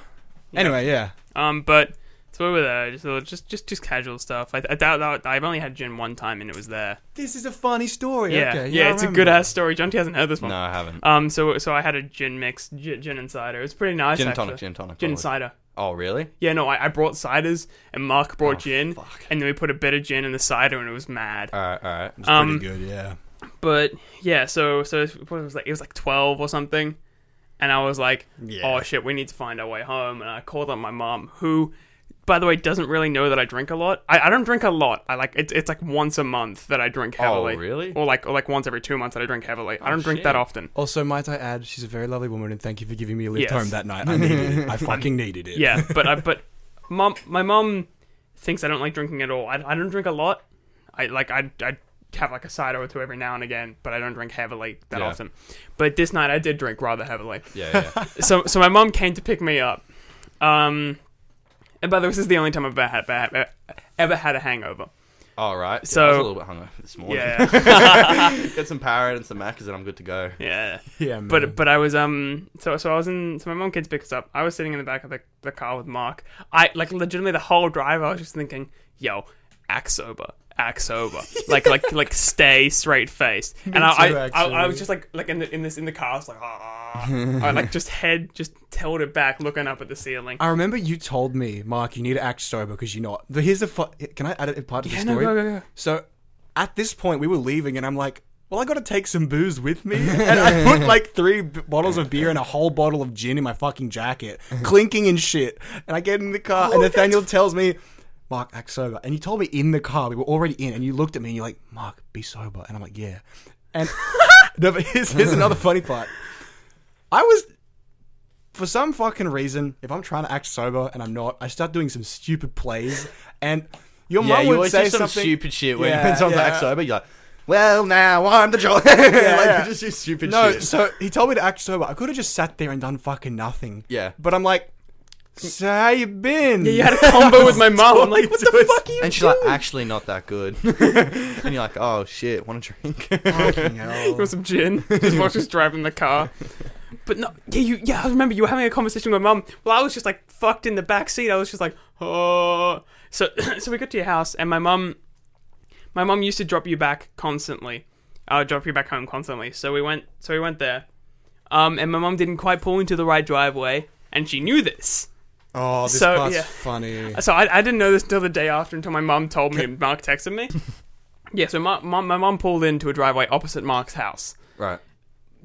Speaker 1: Anyway, yeah,
Speaker 3: Um, but so we were there, just little- just just, just casual stuff. I, I doubt that I've only had gin one time, and it was there.
Speaker 1: this is a funny story.
Speaker 3: Yeah,
Speaker 1: okay,
Speaker 3: yeah,
Speaker 1: I
Speaker 3: it's a
Speaker 1: remember.
Speaker 3: good ass story. John T hasn't heard this one.
Speaker 2: No, I haven't.
Speaker 3: Um, so so I had a gin mix, gin, gin and cider. It was pretty nice.
Speaker 2: Gin and
Speaker 3: actually.
Speaker 2: tonic, gin and tonic.
Speaker 3: gin and
Speaker 2: always.
Speaker 3: cider.
Speaker 2: Oh, really?
Speaker 3: Yeah, no, I, I brought ciders, and Mark brought
Speaker 2: Oh,
Speaker 3: gin,
Speaker 2: fuck.
Speaker 3: and then we put a bit of gin in the cider, and it was mad.
Speaker 2: All right, all right.
Speaker 1: It's pretty
Speaker 3: Um,
Speaker 1: good. Yeah,
Speaker 3: But yeah, so so it was like it was like twelve or something, and I was like,
Speaker 1: Yeah.
Speaker 3: oh shit, we need to find our way home. And I called up my mom, who, by the way, doesn't really know that I drink a lot. I, I don't drink a lot. I like it's it's like once a month that I drink heavily.
Speaker 2: Oh, really? Oh,
Speaker 3: Or like or like once every two months that I drink heavily. I don't drink
Speaker 2: shit.
Speaker 3: that often.
Speaker 1: Also, might I add, she's a very lovely woman, and thank you for giving me a lift
Speaker 3: Yes.
Speaker 1: home that night. I needed it. I fucking needed it.
Speaker 3: Yeah, but I but mom, my mom thinks I don't like drinking at all. I, I don't drink a lot. I like I I have like a cider or two every now and again, but I don't drink heavily that
Speaker 2: Yeah.
Speaker 3: often. But this night I did drink rather heavily.
Speaker 2: Yeah, yeah.
Speaker 3: so so my mom came to pick me up. Um, and by the way, this is the only time I've ever had, ever, ever had a hangover.
Speaker 2: All right. Yeah, I was
Speaker 3: So-
Speaker 2: a little bit hungover this morning.
Speaker 3: Yeah,
Speaker 2: Get some Powerade and some Macca's and I'm good to go.
Speaker 3: yeah.
Speaker 1: yeah, man.
Speaker 3: But but I was um so so I was in so my mom came to pick us up. I was sitting in the back of the, the car with Mark. I like legitimately the whole drive I was just thinking, yo, act sober, act sober, like like like stay straight faced. And I,
Speaker 1: too,
Speaker 3: I, I I
Speaker 1: actually.
Speaker 3: was just like like in the, in this in the car, I was like ah, I, like just head just tilted back, looking up at the ceiling.
Speaker 1: I remember you told me, Mark, you need to act sober because you're not. But here's the fu- Can I add a part to the
Speaker 3: Yeah, no,
Speaker 1: story?
Speaker 3: go, go, go.
Speaker 1: So, at this point, we were leaving, and I'm like, "Well, I got to take some booze with me," and I put like three b- bottles of beer and a whole bottle of gin in my fucking jacket, clinking and shit. And I get in the car, and Nathaniel tells me. Mark, act sober. And you told me in the car, we were already in, and you looked at me and you're like, Mark, be sober. And I'm like, yeah. And no, but here's, here's another funny part. I was for some fucking reason, if I'm trying to act sober and I'm not, I start doing some stupid plays, and your
Speaker 2: Yeah,
Speaker 1: mom
Speaker 2: you
Speaker 1: would
Speaker 2: always
Speaker 1: say
Speaker 2: do some
Speaker 1: something
Speaker 2: stupid shit when,
Speaker 1: Yeah,
Speaker 2: when someone's like
Speaker 1: yeah.
Speaker 2: act sober. You're like, well, now I'm the joy. like,
Speaker 1: yeah.
Speaker 2: you just do stupid
Speaker 1: No,
Speaker 2: shit.
Speaker 1: so he told me to act sober. I could have just sat there and done fucking nothing.
Speaker 2: Yeah.
Speaker 1: but I'm like, so how you been? Yeah,
Speaker 3: You had a combo with my mom. I'm like, what the fuck? Are you
Speaker 2: and she's like, actually, not that good. and you're like, oh shit, want a drink?
Speaker 1: fucking
Speaker 3: You want some gin? Just watch us driving the car. But no, yeah, you, yeah. I remember you were having a conversation with mum. Well, I was just like fucked in the back seat. I was just like, oh. So, so we got to your house, and my mum, my mum used to drop you back constantly. I would drop you back home constantly. So we went, so we went there. Um, and my mum didn't quite pull into the right driveway, and she knew this.
Speaker 1: Oh, this
Speaker 3: So,
Speaker 1: part's
Speaker 3: yeah.
Speaker 1: funny.
Speaker 3: So I, I didn't know this until the day after, until my mum told me. and Mark texted me. yeah. So my, my, my mum pulled into a driveway opposite Mark's house
Speaker 2: right.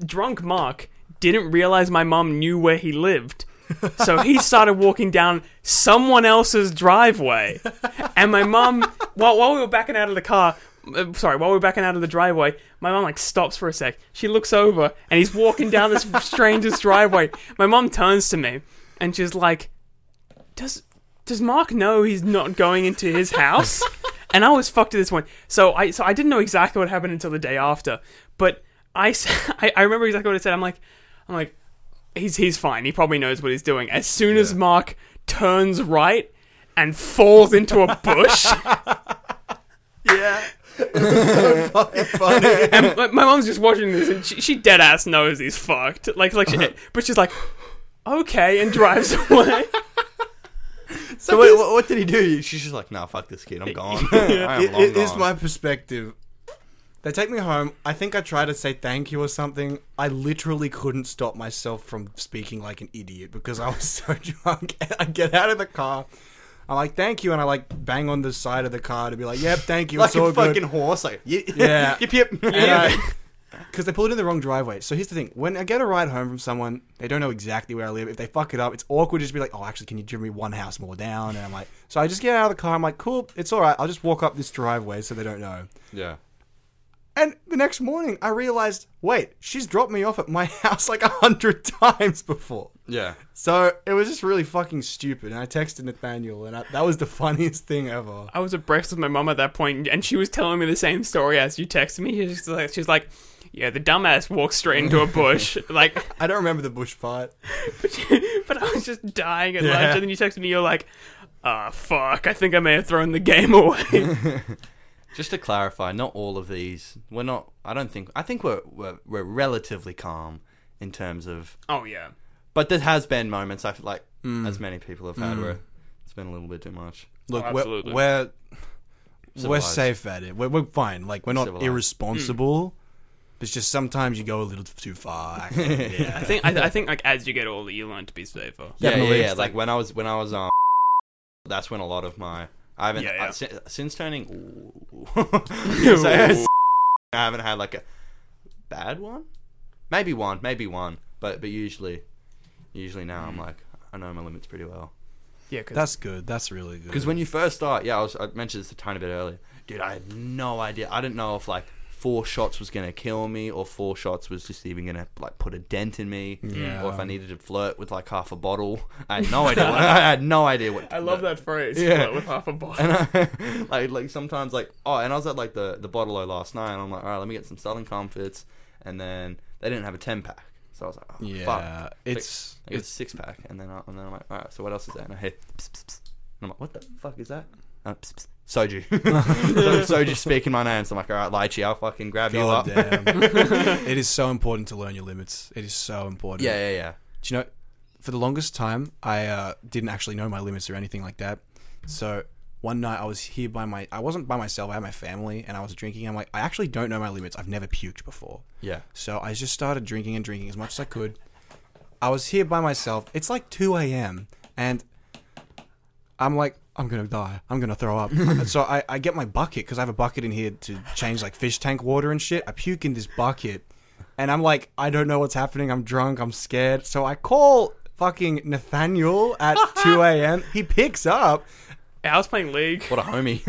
Speaker 3: drunk Mark didn't realize my mom knew where he lived. So he started walking down someone else's driveway. And my mom, while, while we were backing out of the car, uh, sorry, while we were backing out of the driveway, my mom like stops for a sec. She looks over and he's walking down this stranger's driveway. My mom turns to me and she's like, Does does Mark know he's not going into his house? and I was fucked at this point. So I so I didn't know exactly what happened until the day after. But I, s- I- I remember exactly what I said. I'm like I'm like he's he's fine. He probably knows what he's doing. As soon as Mark turns right and falls into a bush,
Speaker 2: Yeah. so fucking funny.
Speaker 3: and my, my mom's just watching this and she, she dead ass knows he's fucked. Like like
Speaker 2: Uh-huh.
Speaker 3: she, but she's like okay and drives away.
Speaker 2: So wait, what, what did he do? She's just like, nah, fuck this kid. I'm gone. I am
Speaker 1: It-
Speaker 2: long
Speaker 1: it is
Speaker 2: gone."
Speaker 1: my perspective. They take me home. I think I tried to say thank you or something. I literally couldn't stop myself from speaking like an idiot because I was so drunk. And I get out of the car. I'm like, thank you. And I like bang on the side of the car to be like, yep, thank you.
Speaker 2: like
Speaker 1: it's all
Speaker 2: a
Speaker 1: good.
Speaker 2: fucking horse. Like, yeah.
Speaker 1: Yeah.
Speaker 2: yip, yip.
Speaker 1: Because they pulled in the wrong driveway. So here's the thing: when I get a ride home from someone, they don't know exactly where I live. If they fuck it up, it's awkward. to Just be like, "Oh, actually, can you drive me one house more down?" And I'm like, so I just get out of the car. I'm like, "Cool, it's all right. I'll just walk up this driveway so they don't know."
Speaker 2: yeah.
Speaker 1: And the next morning, I realized, wait, she's dropped me off at my house like a hundred times before.
Speaker 2: Yeah.
Speaker 1: So it was just really fucking stupid. And I texted Nathaniel, and I, that was the funniest thing ever.
Speaker 3: I was abreast with my mum at that point, and she was telling me the same story as you texted me. She's just like, she's like, yeah, the dumbass walked straight into a bush, like.
Speaker 1: I don't remember the bush part.
Speaker 3: But, you- but I was just dying at
Speaker 1: Yeah.
Speaker 3: lunch, and then you texted me. You're like, "Ah, fuck! I think I may have thrown the game away."
Speaker 2: Just to clarify, not all of these. We're not. I don't think. I think we're we're, we're relatively calm in terms of.
Speaker 3: oh yeah,
Speaker 2: But there has been moments I feel like
Speaker 1: Hmm.
Speaker 2: as many people have had where it's been a little bit too much.
Speaker 1: Look,
Speaker 3: Oh,
Speaker 1: we're,
Speaker 3: absolutely.
Speaker 1: we're we're
Speaker 2: Civilized.
Speaker 1: safe at it. We're, we're fine. Like we're not
Speaker 2: Civilized. Hmm.
Speaker 1: irresponsible. It's just sometimes you go a little too far.
Speaker 3: I
Speaker 1: yeah.
Speaker 3: think I, I think like as you get older, you learn to be safer.
Speaker 2: Yeah, yeah,
Speaker 1: Definitely,
Speaker 2: yeah.
Speaker 1: it's
Speaker 2: Like, when I was when I was um, that's when a lot of my I haven't
Speaker 3: Yeah, yeah.
Speaker 2: I- si- since, turning. so, I haven't had like a bad one. Maybe one, maybe one, but but usually, usually now
Speaker 3: Mm.
Speaker 2: I'm like I know my limits pretty well.
Speaker 3: Yeah, because
Speaker 1: That's good. That's really good.
Speaker 2: Because when you first start, yeah, I, was, I mentioned this a tiny bit earlier, dude. I had no idea. I didn't know if like four shots was gonna kill me, or four shots was just even gonna like put a dent in me,
Speaker 1: Yeah.
Speaker 2: or if I needed to flirt with like half a bottle. I had no idea. What, I had no idea what.
Speaker 3: I love that phrase.
Speaker 2: Yeah.
Speaker 3: flirt with half a bottle.
Speaker 2: And I, like like sometimes like oh, and I was at like the the bottle o last night, and I'm like, all right, let me get some Southern Comforts, and then they didn't have a ten pack, so I was like, oh,
Speaker 1: yeah,
Speaker 2: fuck.
Speaker 1: it's
Speaker 2: I get a
Speaker 1: it's
Speaker 2: six pack, and then I, and then I'm like, all right, so what else is there? And I hear, pss, pss, pss. and I'm like, what the fuck is that? Uh, pss, pss. Soju, so, Soju speaking my name. So I'm like, all right, Lychee, I'll fucking grab you up.
Speaker 1: God damn. it is so important to learn your limits. It is so important.
Speaker 2: Yeah, yeah, yeah.
Speaker 1: Do you know? For the longest time, I uh, didn't actually know my limits or anything like that. So one night I was here by my. I wasn't by myself. I had my family, and I was drinking. I'm like, I actually don't know my limits. I've never puked before.
Speaker 2: Yeah.
Speaker 1: So I just started drinking and drinking as much as I could. I was here by myself. It's like 2 a.m. and I'm like, I'm gonna die. I'm gonna throw up. so I, I get my bucket because I have a bucket in here to change like fish tank water and shit. I puke in this bucket, and I'm like, I don't know what's happening. I'm drunk. I'm scared. So I call fucking Nathaniel at 2 a.m. He picks up.
Speaker 3: I was playing League.
Speaker 2: What a homie.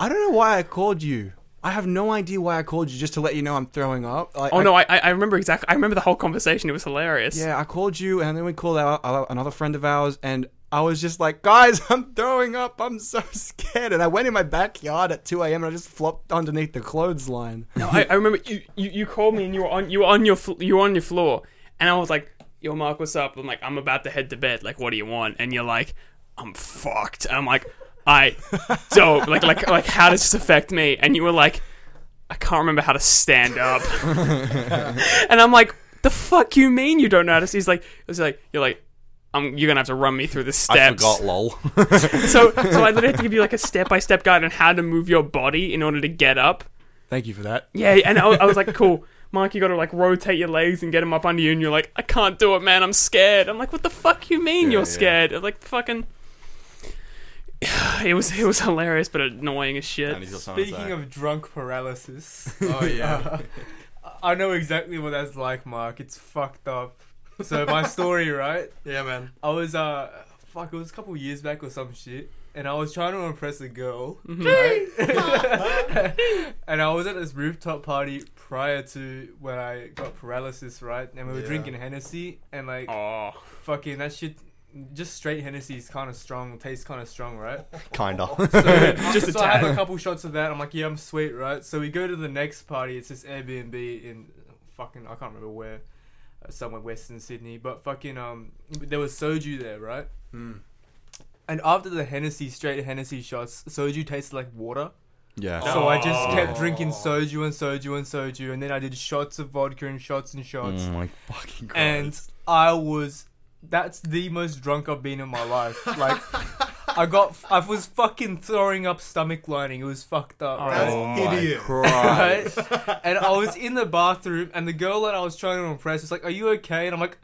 Speaker 1: I don't know why I called you. I have no idea why I called you. Just to let you know I'm throwing up. Like,
Speaker 3: Oh
Speaker 1: I-
Speaker 3: no, I I I remember exactly. I remember the whole conversation. It was hilarious.
Speaker 1: Yeah, I called you, and then we called out uh, another friend of ours, and I was just like, guys, I'm throwing up. I'm so scared. And I went in my backyard at 2 a.m. and I just flopped underneath the clothesline.
Speaker 3: No, I, I remember you, you, you called me and you were on you were on your fl- you were on your floor and I was like, "Yo, Mark, what's up?" I'm like, "I'm about to head to bed. Like, what do you want?" And you're like, "I'm fucked." And I'm like, "I don't like like like how does this affect me?" And you were like, "I can't remember how to stand up." and I'm like, "The fuck you mean you don't notice?" He's like, "It's like you're like." I'm, you're gonna have to run me through the
Speaker 2: I
Speaker 3: steps.
Speaker 2: forgot, lol.
Speaker 3: So, so I literally have to give you like a step-by-step guide on how to move your body in order to get up.
Speaker 1: Thank you for that.
Speaker 3: Yeah, and I, I was like, cool. Mike, you gotta like rotate your legs and get them up under you, and you're like, I can't do it, man. I'm scared. I'm like, what the fuck you mean
Speaker 2: Yeah,
Speaker 3: you're
Speaker 2: yeah.
Speaker 3: scared? Like fucking. It was it was hilarious, but annoying as shit.
Speaker 2: And he's just on his
Speaker 4: Speaking
Speaker 2: own.
Speaker 4: of drunk paralysis,
Speaker 2: oh yeah,
Speaker 4: I know exactly what that's like, Mark. It's fucked up. So my story, right?
Speaker 1: Yeah, man.
Speaker 4: I was uh fuck, it was a couple years back or some shit, and I was trying to impress a girl.
Speaker 3: Mm-hmm.
Speaker 4: right? Hmm. and I was at this rooftop party prior to when I got paralysis, right? And we were
Speaker 1: Yeah.
Speaker 4: drinking Hennessy and like
Speaker 3: Oh,
Speaker 4: fucking that shit just straight Hennessy is kind of strong, tastes kind of strong, right?
Speaker 2: Kinda.
Speaker 4: just so I have a couple shots of that. I'm like, yeah, I'm sweet, right? So we go to the next party. It's this Airbnb in fucking I can't remember where, uh, somewhere Western Sydney. But fucking um, there was soju there, right? And after the Hennessy, straight Hennessy shots, soju tasted like water.
Speaker 1: Yeah.
Speaker 4: So I just
Speaker 3: Oh.
Speaker 4: kept drinking soju and soju and soju, and then I did shots of vodka and shots and shots.
Speaker 2: Oh my fucking god.
Speaker 4: And I was, that's the most drunk I've been in my life. Like, I got, I was fucking throwing up stomach lining. It was fucked up.
Speaker 3: That's
Speaker 4: Right?
Speaker 2: oh my
Speaker 1: idiot.
Speaker 2: Christ.
Speaker 4: Right? and I was in the bathroom, and the girl that I was trying to impress was like, "Are you okay?" And I'm like.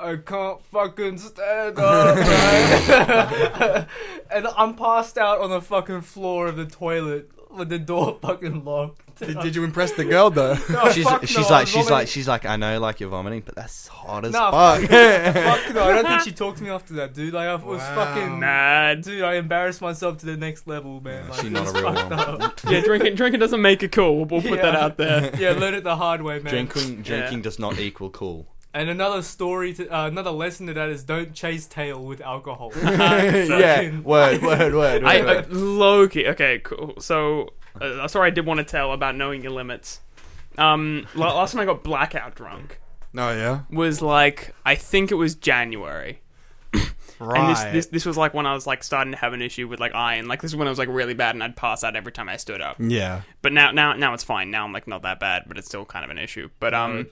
Speaker 4: I can't fucking stand up, right? and I'm passed out on the fucking floor of the toilet with the door fucking locked.
Speaker 1: Did, did you impress the girl though?
Speaker 4: No,
Speaker 2: she's
Speaker 4: Oh, fuck no,
Speaker 2: she's
Speaker 4: I
Speaker 2: like
Speaker 4: was
Speaker 2: she's
Speaker 4: vomiting.
Speaker 2: like she's like I know like you're vomiting, but that's hot as
Speaker 4: Nah,
Speaker 1: Uh,
Speaker 2: fuck.
Speaker 4: Fuck no, I don't think she talked to me after that, dude. Like I was
Speaker 1: Wow.
Speaker 4: fucking
Speaker 3: Mad.
Speaker 4: dude. I embarrassed myself to the next level, man. like,
Speaker 2: She's
Speaker 4: it
Speaker 2: not a
Speaker 4: was
Speaker 2: real
Speaker 4: fucked
Speaker 2: one.
Speaker 4: up.
Speaker 3: Yeah, drinking drinking doesn't make it cool. We'll, we'll put that
Speaker 4: Yeah.
Speaker 3: out there.
Speaker 4: yeah, learn it the hard way, man.
Speaker 2: Drinking drinking does not equal cool.
Speaker 4: And another story, to, uh, another lesson to that is don't chase tail with alcohol.
Speaker 2: yeah,
Speaker 4: Fucking-
Speaker 2: word, word, word,
Speaker 3: Uh, I,
Speaker 2: word.
Speaker 3: I
Speaker 2: word.
Speaker 3: low key. Okay, cool. So, uh, that's what I did want to tell about knowing your limits. Um, la- last time I got blackout drunk
Speaker 1: No, yeah.
Speaker 3: was like I think it was January,
Speaker 1: Right.
Speaker 3: and this, this this was like when I was like starting to have an issue with like iron. Like this is when I was like really bad, and I'd pass out every time I stood up.
Speaker 1: yeah.
Speaker 3: But now now now it's fine. Now I'm like not that bad, but it's still kind of an issue. But um,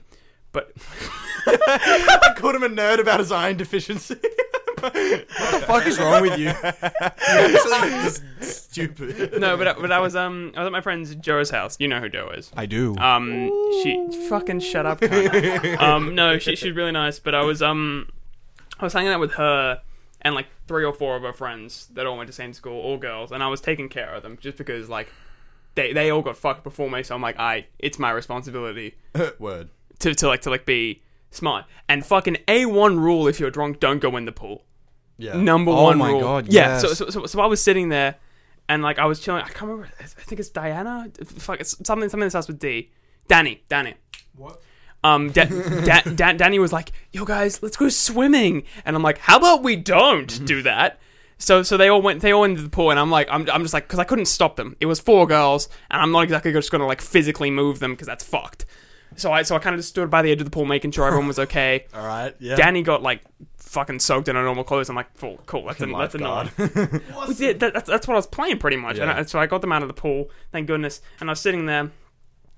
Speaker 3: but
Speaker 2: I called him a nerd about his iron deficiency.
Speaker 1: What the fuck is wrong with you?
Speaker 2: actually just stupid.
Speaker 3: no, but I- but I was um I was at my friend's Joe's house. You know who Joe is.
Speaker 1: I do.
Speaker 3: Um, she fucking shut up. cunt. um, no, she she's really nice, but I was um, I was hanging out with her and like three or four of her friends that all went to same school, all girls, and I was taking care of them just because like they they all got fucked before me, so I'm like, I it's my responsibility
Speaker 2: word.
Speaker 3: to to like to like be smart and fucking a one rule if you're drunk, don't go in the pool
Speaker 2: Yeah.
Speaker 3: number
Speaker 1: Oh
Speaker 3: one
Speaker 1: my
Speaker 3: rule.
Speaker 1: God, yes.
Speaker 3: yeah. So, so, so, so I was sitting there, and like I was chilling. I can't remember. I think it's Diana. Fuck, it's something. Something that starts with D. Danny. Danny.
Speaker 4: What?
Speaker 3: Um, da- da- da- Danny was like, "Yo guys, let's go swimming," and I'm like, "How about we don't do that?" So, so they all went. They all went into the pool, and I'm like, I'm, I'm just like, because I couldn't stop them. It was four girls, and I'm not exactly just gonna like physically move them because that's fucked. So I, so I kind of just stood by the edge of the pool, making sure everyone was okay.
Speaker 1: All right. Yeah.
Speaker 3: Danny got like fucking soaked in her normal clothes. I'm like, cool, cool. That's, an, that's annoying.
Speaker 2: Lifeguard.
Speaker 3: Well, yeah, that, that's, that's what I was playing pretty much. And
Speaker 2: Yeah.
Speaker 3: I, so I got them out of the pool, thank goodness. And I was sitting there,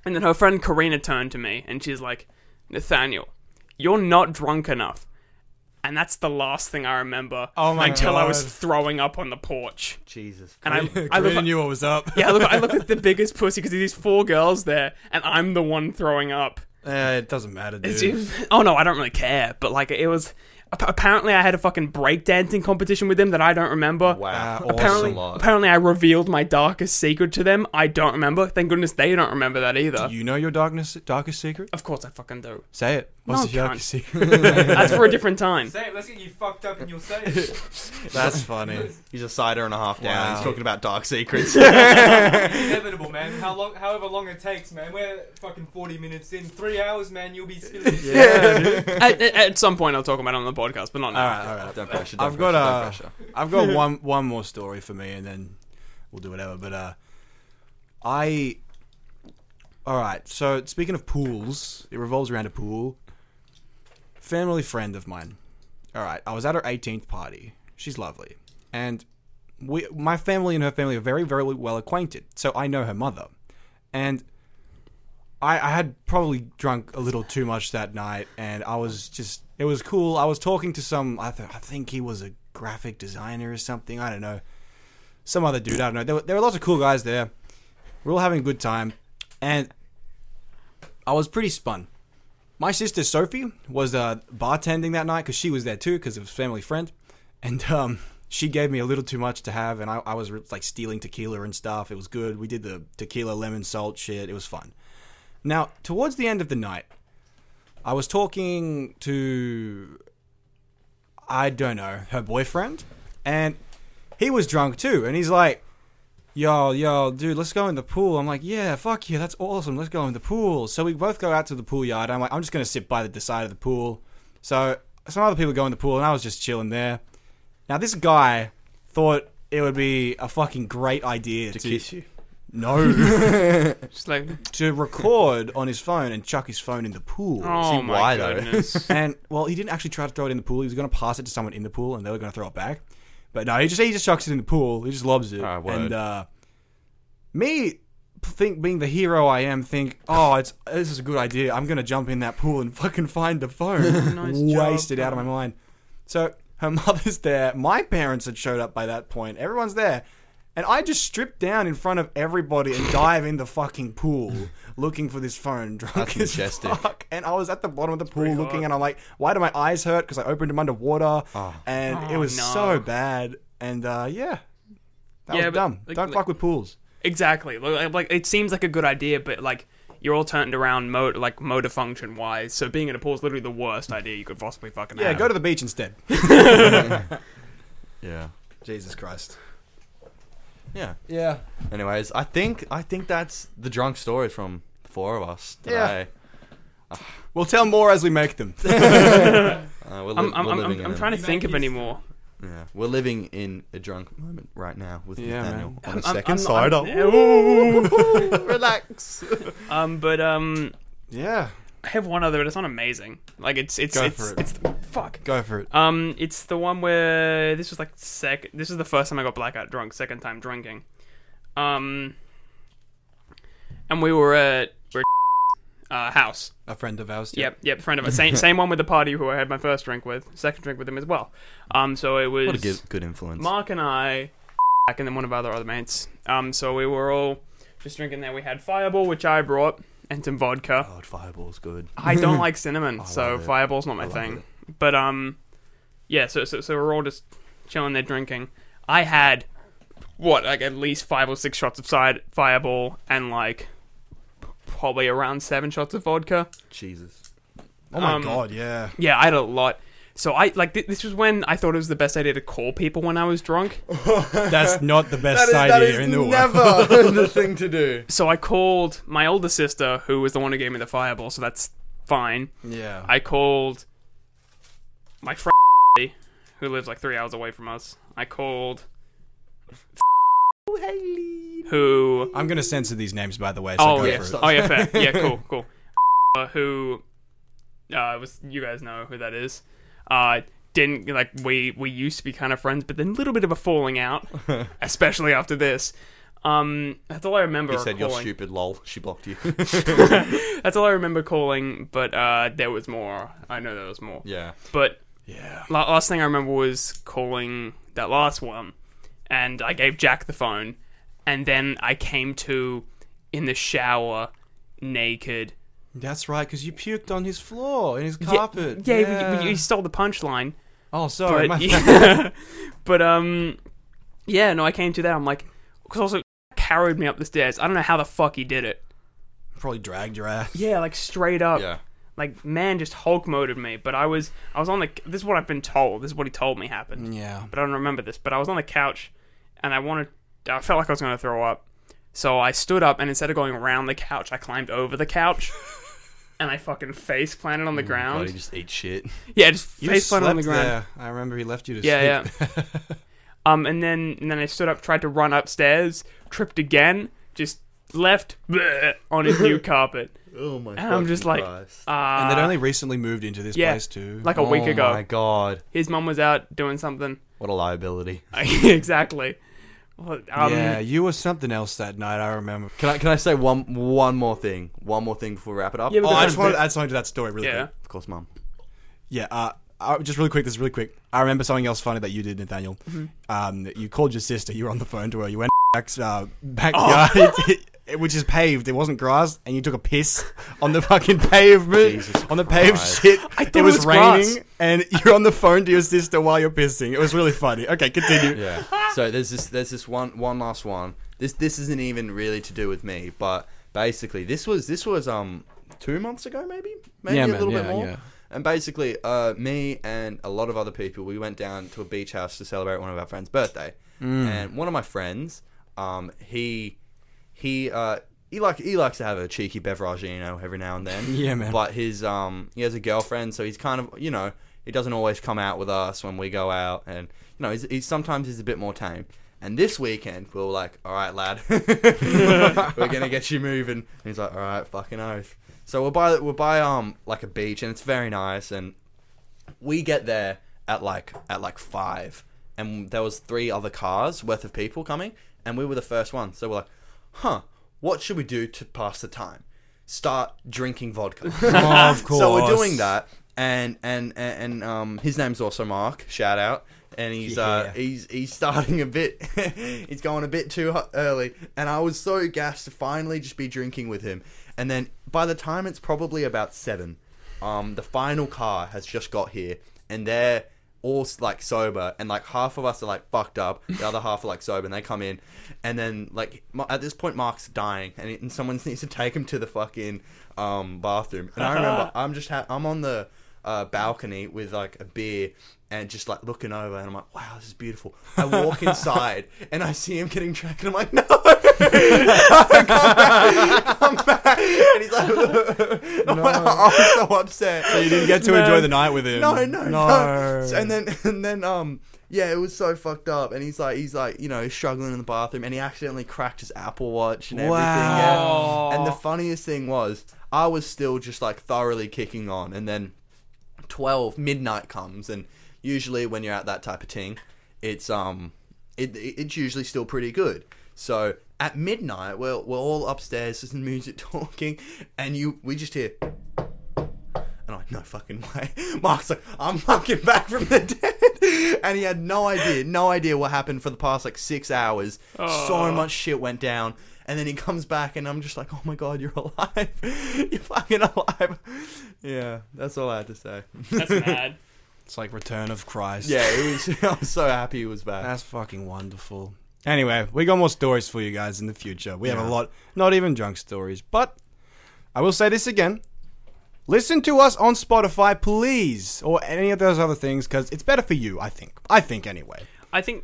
Speaker 3: and then her friend Karina turned to me and she's like, Nathaniel, you're not drunk enough. And that's the last thing I remember
Speaker 1: Oh my
Speaker 3: until I was
Speaker 1: God.
Speaker 3: throwing up on the porch.
Speaker 2: Jesus.
Speaker 3: And I, I
Speaker 1: I
Speaker 3: look,
Speaker 1: really knew what was up.
Speaker 3: yeah, I look, I look at the biggest pussy because there's these four girls there, and I'm the one throwing up.
Speaker 1: Eh, it doesn't matter,
Speaker 3: It's-
Speaker 1: dude.
Speaker 3: it- oh no, I don't really care. But like, it was app- apparently I had a fucking breakdancing competition with them that I don't remember.
Speaker 2: Wow.
Speaker 1: Uh,
Speaker 2: Awesome
Speaker 3: Apparently,
Speaker 2: lot.
Speaker 3: apparently, I revealed my darkest secret to them. I don't remember. Thank goodness they don't remember that either.
Speaker 1: You know your darkness, darkest secret?
Speaker 3: of course, I fucking do.
Speaker 1: Say it. What's
Speaker 3: No,
Speaker 1: your darkest secret?
Speaker 3: That's for a different time.
Speaker 4: Say it. Let's get you fucked up, and you'll say it.
Speaker 1: That's funny.
Speaker 2: He's a cider and a half down.
Speaker 1: Wow.
Speaker 2: He's talking about dark secrets.
Speaker 4: Inevitable, man. How long? However long it takes, man. We're fucking forty minutes in. Three hours, man. You'll be spilling.
Speaker 3: at, at- at some point, I'll talk about it on the podcast, but not now.
Speaker 1: All right, all right.
Speaker 2: don't pressure. Don't
Speaker 1: I've got a,
Speaker 2: pressure, don't pressure.
Speaker 1: I've got one one more story for me, and then we'll do whatever. But uh, I, all right. So speaking of pools, it revolves around a pool. Family friend of mine. All right, I was at her 18th party. She's lovely, and we, my family and her family are very, very well acquainted. So I know her mother, and. I, I had probably drunk a little too much that night, and I was just. It was cool. I was talking to some. I, th- I think he was a graphic designer or something. I don't know. Some other dude. I don't know. There were, there were lots of cool guys there. We are all having a good time, and I was pretty spun. My sister Sophie was uh, bartending that night because she was there too because of family friend, and um, she gave me a little too much to have, and I, I was like stealing tequila and stuff. It was good. We did the tequila lemon salt shit. It was fun. Now, towards the end of the night, I was talking to I don't know, her boyfriend, and he was drunk too, and he's like, Yo, yo, dude, let's go in the pool. I'm like, yeah, fuck yeah, that's awesome. Let's go in the pool. So we both go out to the pool yard. I'm like, I'm just gonna sit by the side of the pool. So some other people go in the pool, and I was just chilling there. Now this guy thought it would be a fucking great idea to,
Speaker 2: you.
Speaker 1: no
Speaker 3: Just like,
Speaker 1: to record on his phone and chuck his phone in the pool.
Speaker 3: oh my
Speaker 2: why, though?
Speaker 3: goodness.
Speaker 1: And well, he didn't actually try to throw it in the pool. He was going to pass it to someone in the pool, and they were going to throw it back. But no, he just he just chucks it in the pool. He just lobs it.
Speaker 2: Ah, word.
Speaker 1: and uh, me, think being the hero I am, think, oh, it's this is a good idea. I'm going to jump in that pool and fucking find the phone.
Speaker 3: Nice
Speaker 1: Wasted
Speaker 3: job.
Speaker 1: out of my mind. So her mother's there. My parents had showed up by that point. Everyone's there. And I just strip down in front of everybody and dive in the fucking pool looking for this phone, drunk
Speaker 2: That's
Speaker 1: as
Speaker 2: majestic.
Speaker 1: fuck. And I was at the bottom of the pool
Speaker 4: pretty
Speaker 1: looking,
Speaker 4: hard.
Speaker 1: and I'm like, why do my eyes hurt? Because I opened them underwater, and it
Speaker 3: Oh,
Speaker 1: was
Speaker 3: no.
Speaker 1: so bad. And uh, yeah, that was
Speaker 3: Yeah, but,
Speaker 1: dumb.
Speaker 3: like-
Speaker 1: Don't
Speaker 3: like-
Speaker 1: fuck with pools.
Speaker 3: exactly. Like, like, it seems like a good idea, but like you're all turned around mode like motor function wise. So being in a pool is literally the worst idea you could possibly fucking
Speaker 1: Yeah,
Speaker 3: have.
Speaker 1: go to the beach instead.
Speaker 2: Yeah.
Speaker 1: Jesus Christ.
Speaker 2: Yeah.
Speaker 1: Yeah.
Speaker 2: Anyways, I think I think that's the drunk story from the four of us
Speaker 1: Yeah.
Speaker 2: today.
Speaker 1: We'll tell more as we make them.
Speaker 2: Uh, we're, li-
Speaker 3: I'm, I'm,
Speaker 2: we're
Speaker 3: I'm,
Speaker 2: living
Speaker 3: I'm, I'm
Speaker 2: in
Speaker 3: trying to
Speaker 4: You
Speaker 3: think
Speaker 4: make
Speaker 3: of any
Speaker 4: these-
Speaker 3: more.
Speaker 2: Yeah, we're living in a drunk moment right now with
Speaker 1: Yeah,
Speaker 2: Nathaniel
Speaker 1: man.
Speaker 2: on
Speaker 3: I'm-
Speaker 2: a
Speaker 3: I'm-
Speaker 2: 2nd
Speaker 3: I'm-
Speaker 2: side
Speaker 3: I'm-
Speaker 2: up.
Speaker 3: yeah, ooh.
Speaker 2: Relax.
Speaker 3: um, but um,
Speaker 1: yeah.
Speaker 3: I have one other, but it's not amazing. Like it's it's
Speaker 1: Go
Speaker 3: it's,
Speaker 1: for it.
Speaker 3: it's the, fuck.
Speaker 1: Go for it.
Speaker 3: Um, it's the one where this was like sec. This is the first time I got blackout drunk. Second time drinking. Um, and we were at we were at uh, house.
Speaker 1: A friend of ours.
Speaker 3: Yep, yep. Friend of a same same one with the party who I had my first drink with. Second drink with him as well. Um, so it was
Speaker 2: What a good, good influence.
Speaker 3: Mark and I, and then one of our other other mates. Um, so we were all just drinking there. We had Fireball, which I brought, and some vodka.
Speaker 2: God, Fireball's good.
Speaker 3: I don't like cinnamon,
Speaker 2: I
Speaker 3: so
Speaker 2: love it.
Speaker 3: fireball's not my
Speaker 2: I love
Speaker 3: thing. But um, yeah. So so so we're all just chilling there drinking. I had what like at least five or six shots of side fireball and like probably around seven shots of vodka.
Speaker 2: Jesus.
Speaker 1: Oh my
Speaker 3: Um,
Speaker 1: god. Yeah.
Speaker 3: Yeah, I had a lot. So I like th- this was when I thought it was the best idea to call people when I was drunk.
Speaker 1: That's not the best idea in the world.
Speaker 2: never the thing to do.
Speaker 3: So I called my older sister, who was the one who gave me the fireball. So that's fine.
Speaker 1: Yeah.
Speaker 3: I called my friend who lives like three hours away from us. I called
Speaker 2: Oh,
Speaker 3: who
Speaker 1: I'm gonna censor these names, by the way. So
Speaker 3: oh
Speaker 1: go
Speaker 3: yeah
Speaker 1: for it.
Speaker 3: oh yeah fair yeah cool cool Uh, who uh was you guys know who that is uh didn't like we we used to be kind of friends but then a little bit of a falling out especially after this um that's all I remember
Speaker 2: He said you're
Speaker 3: calling-
Speaker 2: stupid, lol. She blocked you.
Speaker 3: that's all I remember calling but uh there was more I know there was more
Speaker 2: yeah.
Speaker 3: but
Speaker 1: Yeah.
Speaker 3: La- last thing I remember was calling that last one, and I gave Jack the phone, and then I came to in the shower naked.
Speaker 1: That's right, because you puked on his floor in his
Speaker 3: Yeah,
Speaker 1: carpet.
Speaker 3: Yeah, we- we- you stole the punchline,
Speaker 1: oh, sorry.
Speaker 3: but
Speaker 1: my
Speaker 3: but um, yeah, no, I came to that. I'm like, because also carried me up the stairs. I don't know how the fuck he did it.
Speaker 1: Probably dragged your ass.
Speaker 3: Yeah, like straight up.
Speaker 2: Yeah.
Speaker 3: Like man, just Hulk moded me. But I was I was on the. This is what I've been told. This is what he told me happened.
Speaker 1: Yeah.
Speaker 3: but I don't remember this. But I was on the couch, and I wanted, I felt like I was going to throw up, so I stood up, and instead of going around the couch, I climbed over the couch, and I fucking face planted
Speaker 1: Oh
Speaker 3: on the
Speaker 2: God, he
Speaker 3: ground.
Speaker 2: just eat shit.
Speaker 3: Yeah, just face
Speaker 1: slept
Speaker 3: planted on the ground.
Speaker 1: There. I remember he left you to
Speaker 3: Yeah,
Speaker 1: sleep.
Speaker 3: Um, and then and then I stood up, tried to run upstairs, tripped again, just left bleh, on his new carpet.
Speaker 2: Oh my
Speaker 3: And I'm just like, uh,
Speaker 1: and they'd only recently moved into this
Speaker 3: yeah,
Speaker 1: place too.
Speaker 3: like a week
Speaker 2: oh
Speaker 3: ago,
Speaker 2: my god.
Speaker 3: his mum was out doing something.
Speaker 2: What a liability.
Speaker 3: exactly. Well, um,
Speaker 1: yeah, you were something else that night. I remember.
Speaker 2: Can I can I say one one more thing? One more thing before we wrap it up?
Speaker 3: Yeah, but-
Speaker 1: Oh, I just wanted to add something to that story really
Speaker 3: yeah.
Speaker 1: quick.
Speaker 2: of course, mum.
Speaker 1: Yeah. Uh, uh, just really quick. This is really quick. I remember something else funny that you did, Nathaniel.
Speaker 3: Mm-hmm.
Speaker 1: Um, that you called your sister. You were on the phone to her. You went to Jack's uh,
Speaker 3: Oh.
Speaker 1: backyard, which is paved. It wasn't grass, and you took a piss on the fucking pavement,
Speaker 2: Jesus
Speaker 1: on the paved
Speaker 2: Christ.
Speaker 1: shit.
Speaker 3: I
Speaker 1: it
Speaker 3: thought it
Speaker 1: was,
Speaker 3: was grass.
Speaker 1: raining, and you're on the phone to your sister while you're pissing. It was really funny. Okay, continue.
Speaker 2: Yeah. so there's this there's this one one last one. This this isn't even really to do with me, but basically this was this was um two months ago maybe maybe
Speaker 1: Yeah,
Speaker 2: a
Speaker 1: man,
Speaker 2: little
Speaker 1: yeah,
Speaker 2: bit more.
Speaker 1: yeah.
Speaker 2: And basically, uh, me and a lot of other people, we went down to a beach house to celebrate one of our friends' birthday.
Speaker 1: Mm.
Speaker 2: And one of my friends, um, he he uh, he like he likes to have a cheeky beveragino every now and then.
Speaker 1: Yeah, man.
Speaker 2: But his um he has a girlfriend, so he's kind of you know He doesn't always come out with us when we go out, and you know, he's, he's sometimes he's a bit more tame. And this weekend, we were like, "All right, lad, we're gonna get you moving." And he's like, "All right, fucking oath." So we're by we're by um like a beach, and it's very nice. And we get there at like at like five, and there was three other cars worth of people coming, and we were the first one. So we're like, "Huh, what should we do to pass the time?" Start drinking vodka.
Speaker 1: of
Speaker 2: So we're
Speaker 1: course.
Speaker 2: doing that, and and and, and um, his name's also Mark. Shout out. And he's uh,
Speaker 1: Yeah.
Speaker 2: he's he's starting a bit, he's going a bit too hu- early, and I was so gassed to finally just be drinking with him. And then by the time it's probably about seven, um, the final car has just got here, and they're all like sober, and like half of us are like fucked up, the other half are like sober, and they come in, and then like Ma- at this point Mark's dying, and, and someone needs to take him to the fucking um bathroom. And I remember I'm just ha- I'm on the uh, balcony with like a beer. And just like looking over, and I'm like, "Wow, this is beautiful." I walk inside, and I see him getting dragged, and I'm like, "No, come back, come back!" And he's like, "No, I'm so upset." So
Speaker 1: You didn't get to
Speaker 3: No.
Speaker 1: enjoy the night with him.
Speaker 2: no, no, no. So- And then, and then, um, yeah, it was so fucked up. And he's like, he's like, you know, struggling in the bathroom, and he accidentally cracked his Apple Watch and
Speaker 1: Wow.
Speaker 2: everything. Yeah. And the funniest thing was, I was still just like thoroughly kicking on, and then twelve midnight comes, and usually when you're at that type of ting, it's um, it, it- it's usually still pretty good. So. At midnight, we're, we're all upstairs, there's music talking, and you we just hear and I'm like, no fucking way. Mark's like, I'm fucking back from the dead. And he had no idea, no idea what happened for the past like six hours. So
Speaker 3: Oh.
Speaker 2: much shit went down. And then he comes back and I'm just like, oh my god, you're alive. you're fucking alive. Yeah, that's all I had to say.
Speaker 3: That's mad.
Speaker 1: It's like Return of Christ.
Speaker 2: Yeah, it was, I was so happy he was back.
Speaker 1: That's fucking wonderful. Anyway, we got more stories for you guys in the future. We have a
Speaker 2: Yeah.
Speaker 1: lot, not even drunk stories, but I will say this again. Listen to us on Spotify, please, or any of those other things, because it's better for you, I think. I think, anyway.
Speaker 3: I think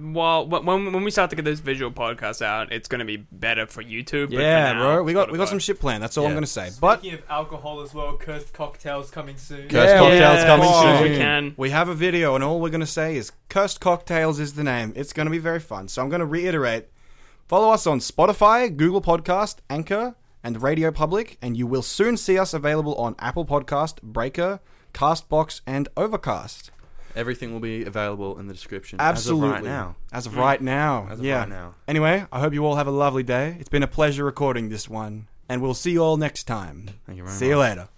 Speaker 3: while when when we start to get this visual podcast out, it's going to be better for YouTube. but for
Speaker 1: yeah,
Speaker 3: now,
Speaker 1: bro. We got we got
Speaker 3: Spotify.
Speaker 1: some shit planned. That's all I'm
Speaker 2: Yeah.
Speaker 1: gonna say. But
Speaker 4: Speaking of alcohol as well, cursed cocktails coming soon.
Speaker 2: Cursed Yeah. cocktails coming
Speaker 1: Oh,
Speaker 2: soon.
Speaker 3: We can.
Speaker 1: We have a video, and all we're gonna say is "Cursed Cocktails" is the name. It's gonna be very fun. So I'm gonna reiterate: follow us on Spotify, Google Podcast, Anchor, and Radio Public, and you will soon see us available on Apple Podcast, Breaker, Castbox, and Overcast.
Speaker 2: Everything will be available in the description.
Speaker 1: Absolutely.
Speaker 2: As of right now. Hmm.
Speaker 1: As of right now.
Speaker 2: As of
Speaker 1: yeah.
Speaker 2: right now.
Speaker 1: Anyway, I hope you all have a lovely day. It's been a pleasure recording this one, and we'll see you all next time.
Speaker 2: Thank you very
Speaker 1: See you
Speaker 2: much.
Speaker 1: later.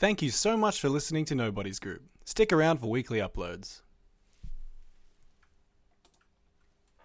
Speaker 1: Thank you so much for listening to Nobody's Group. Stick around for weekly uploads.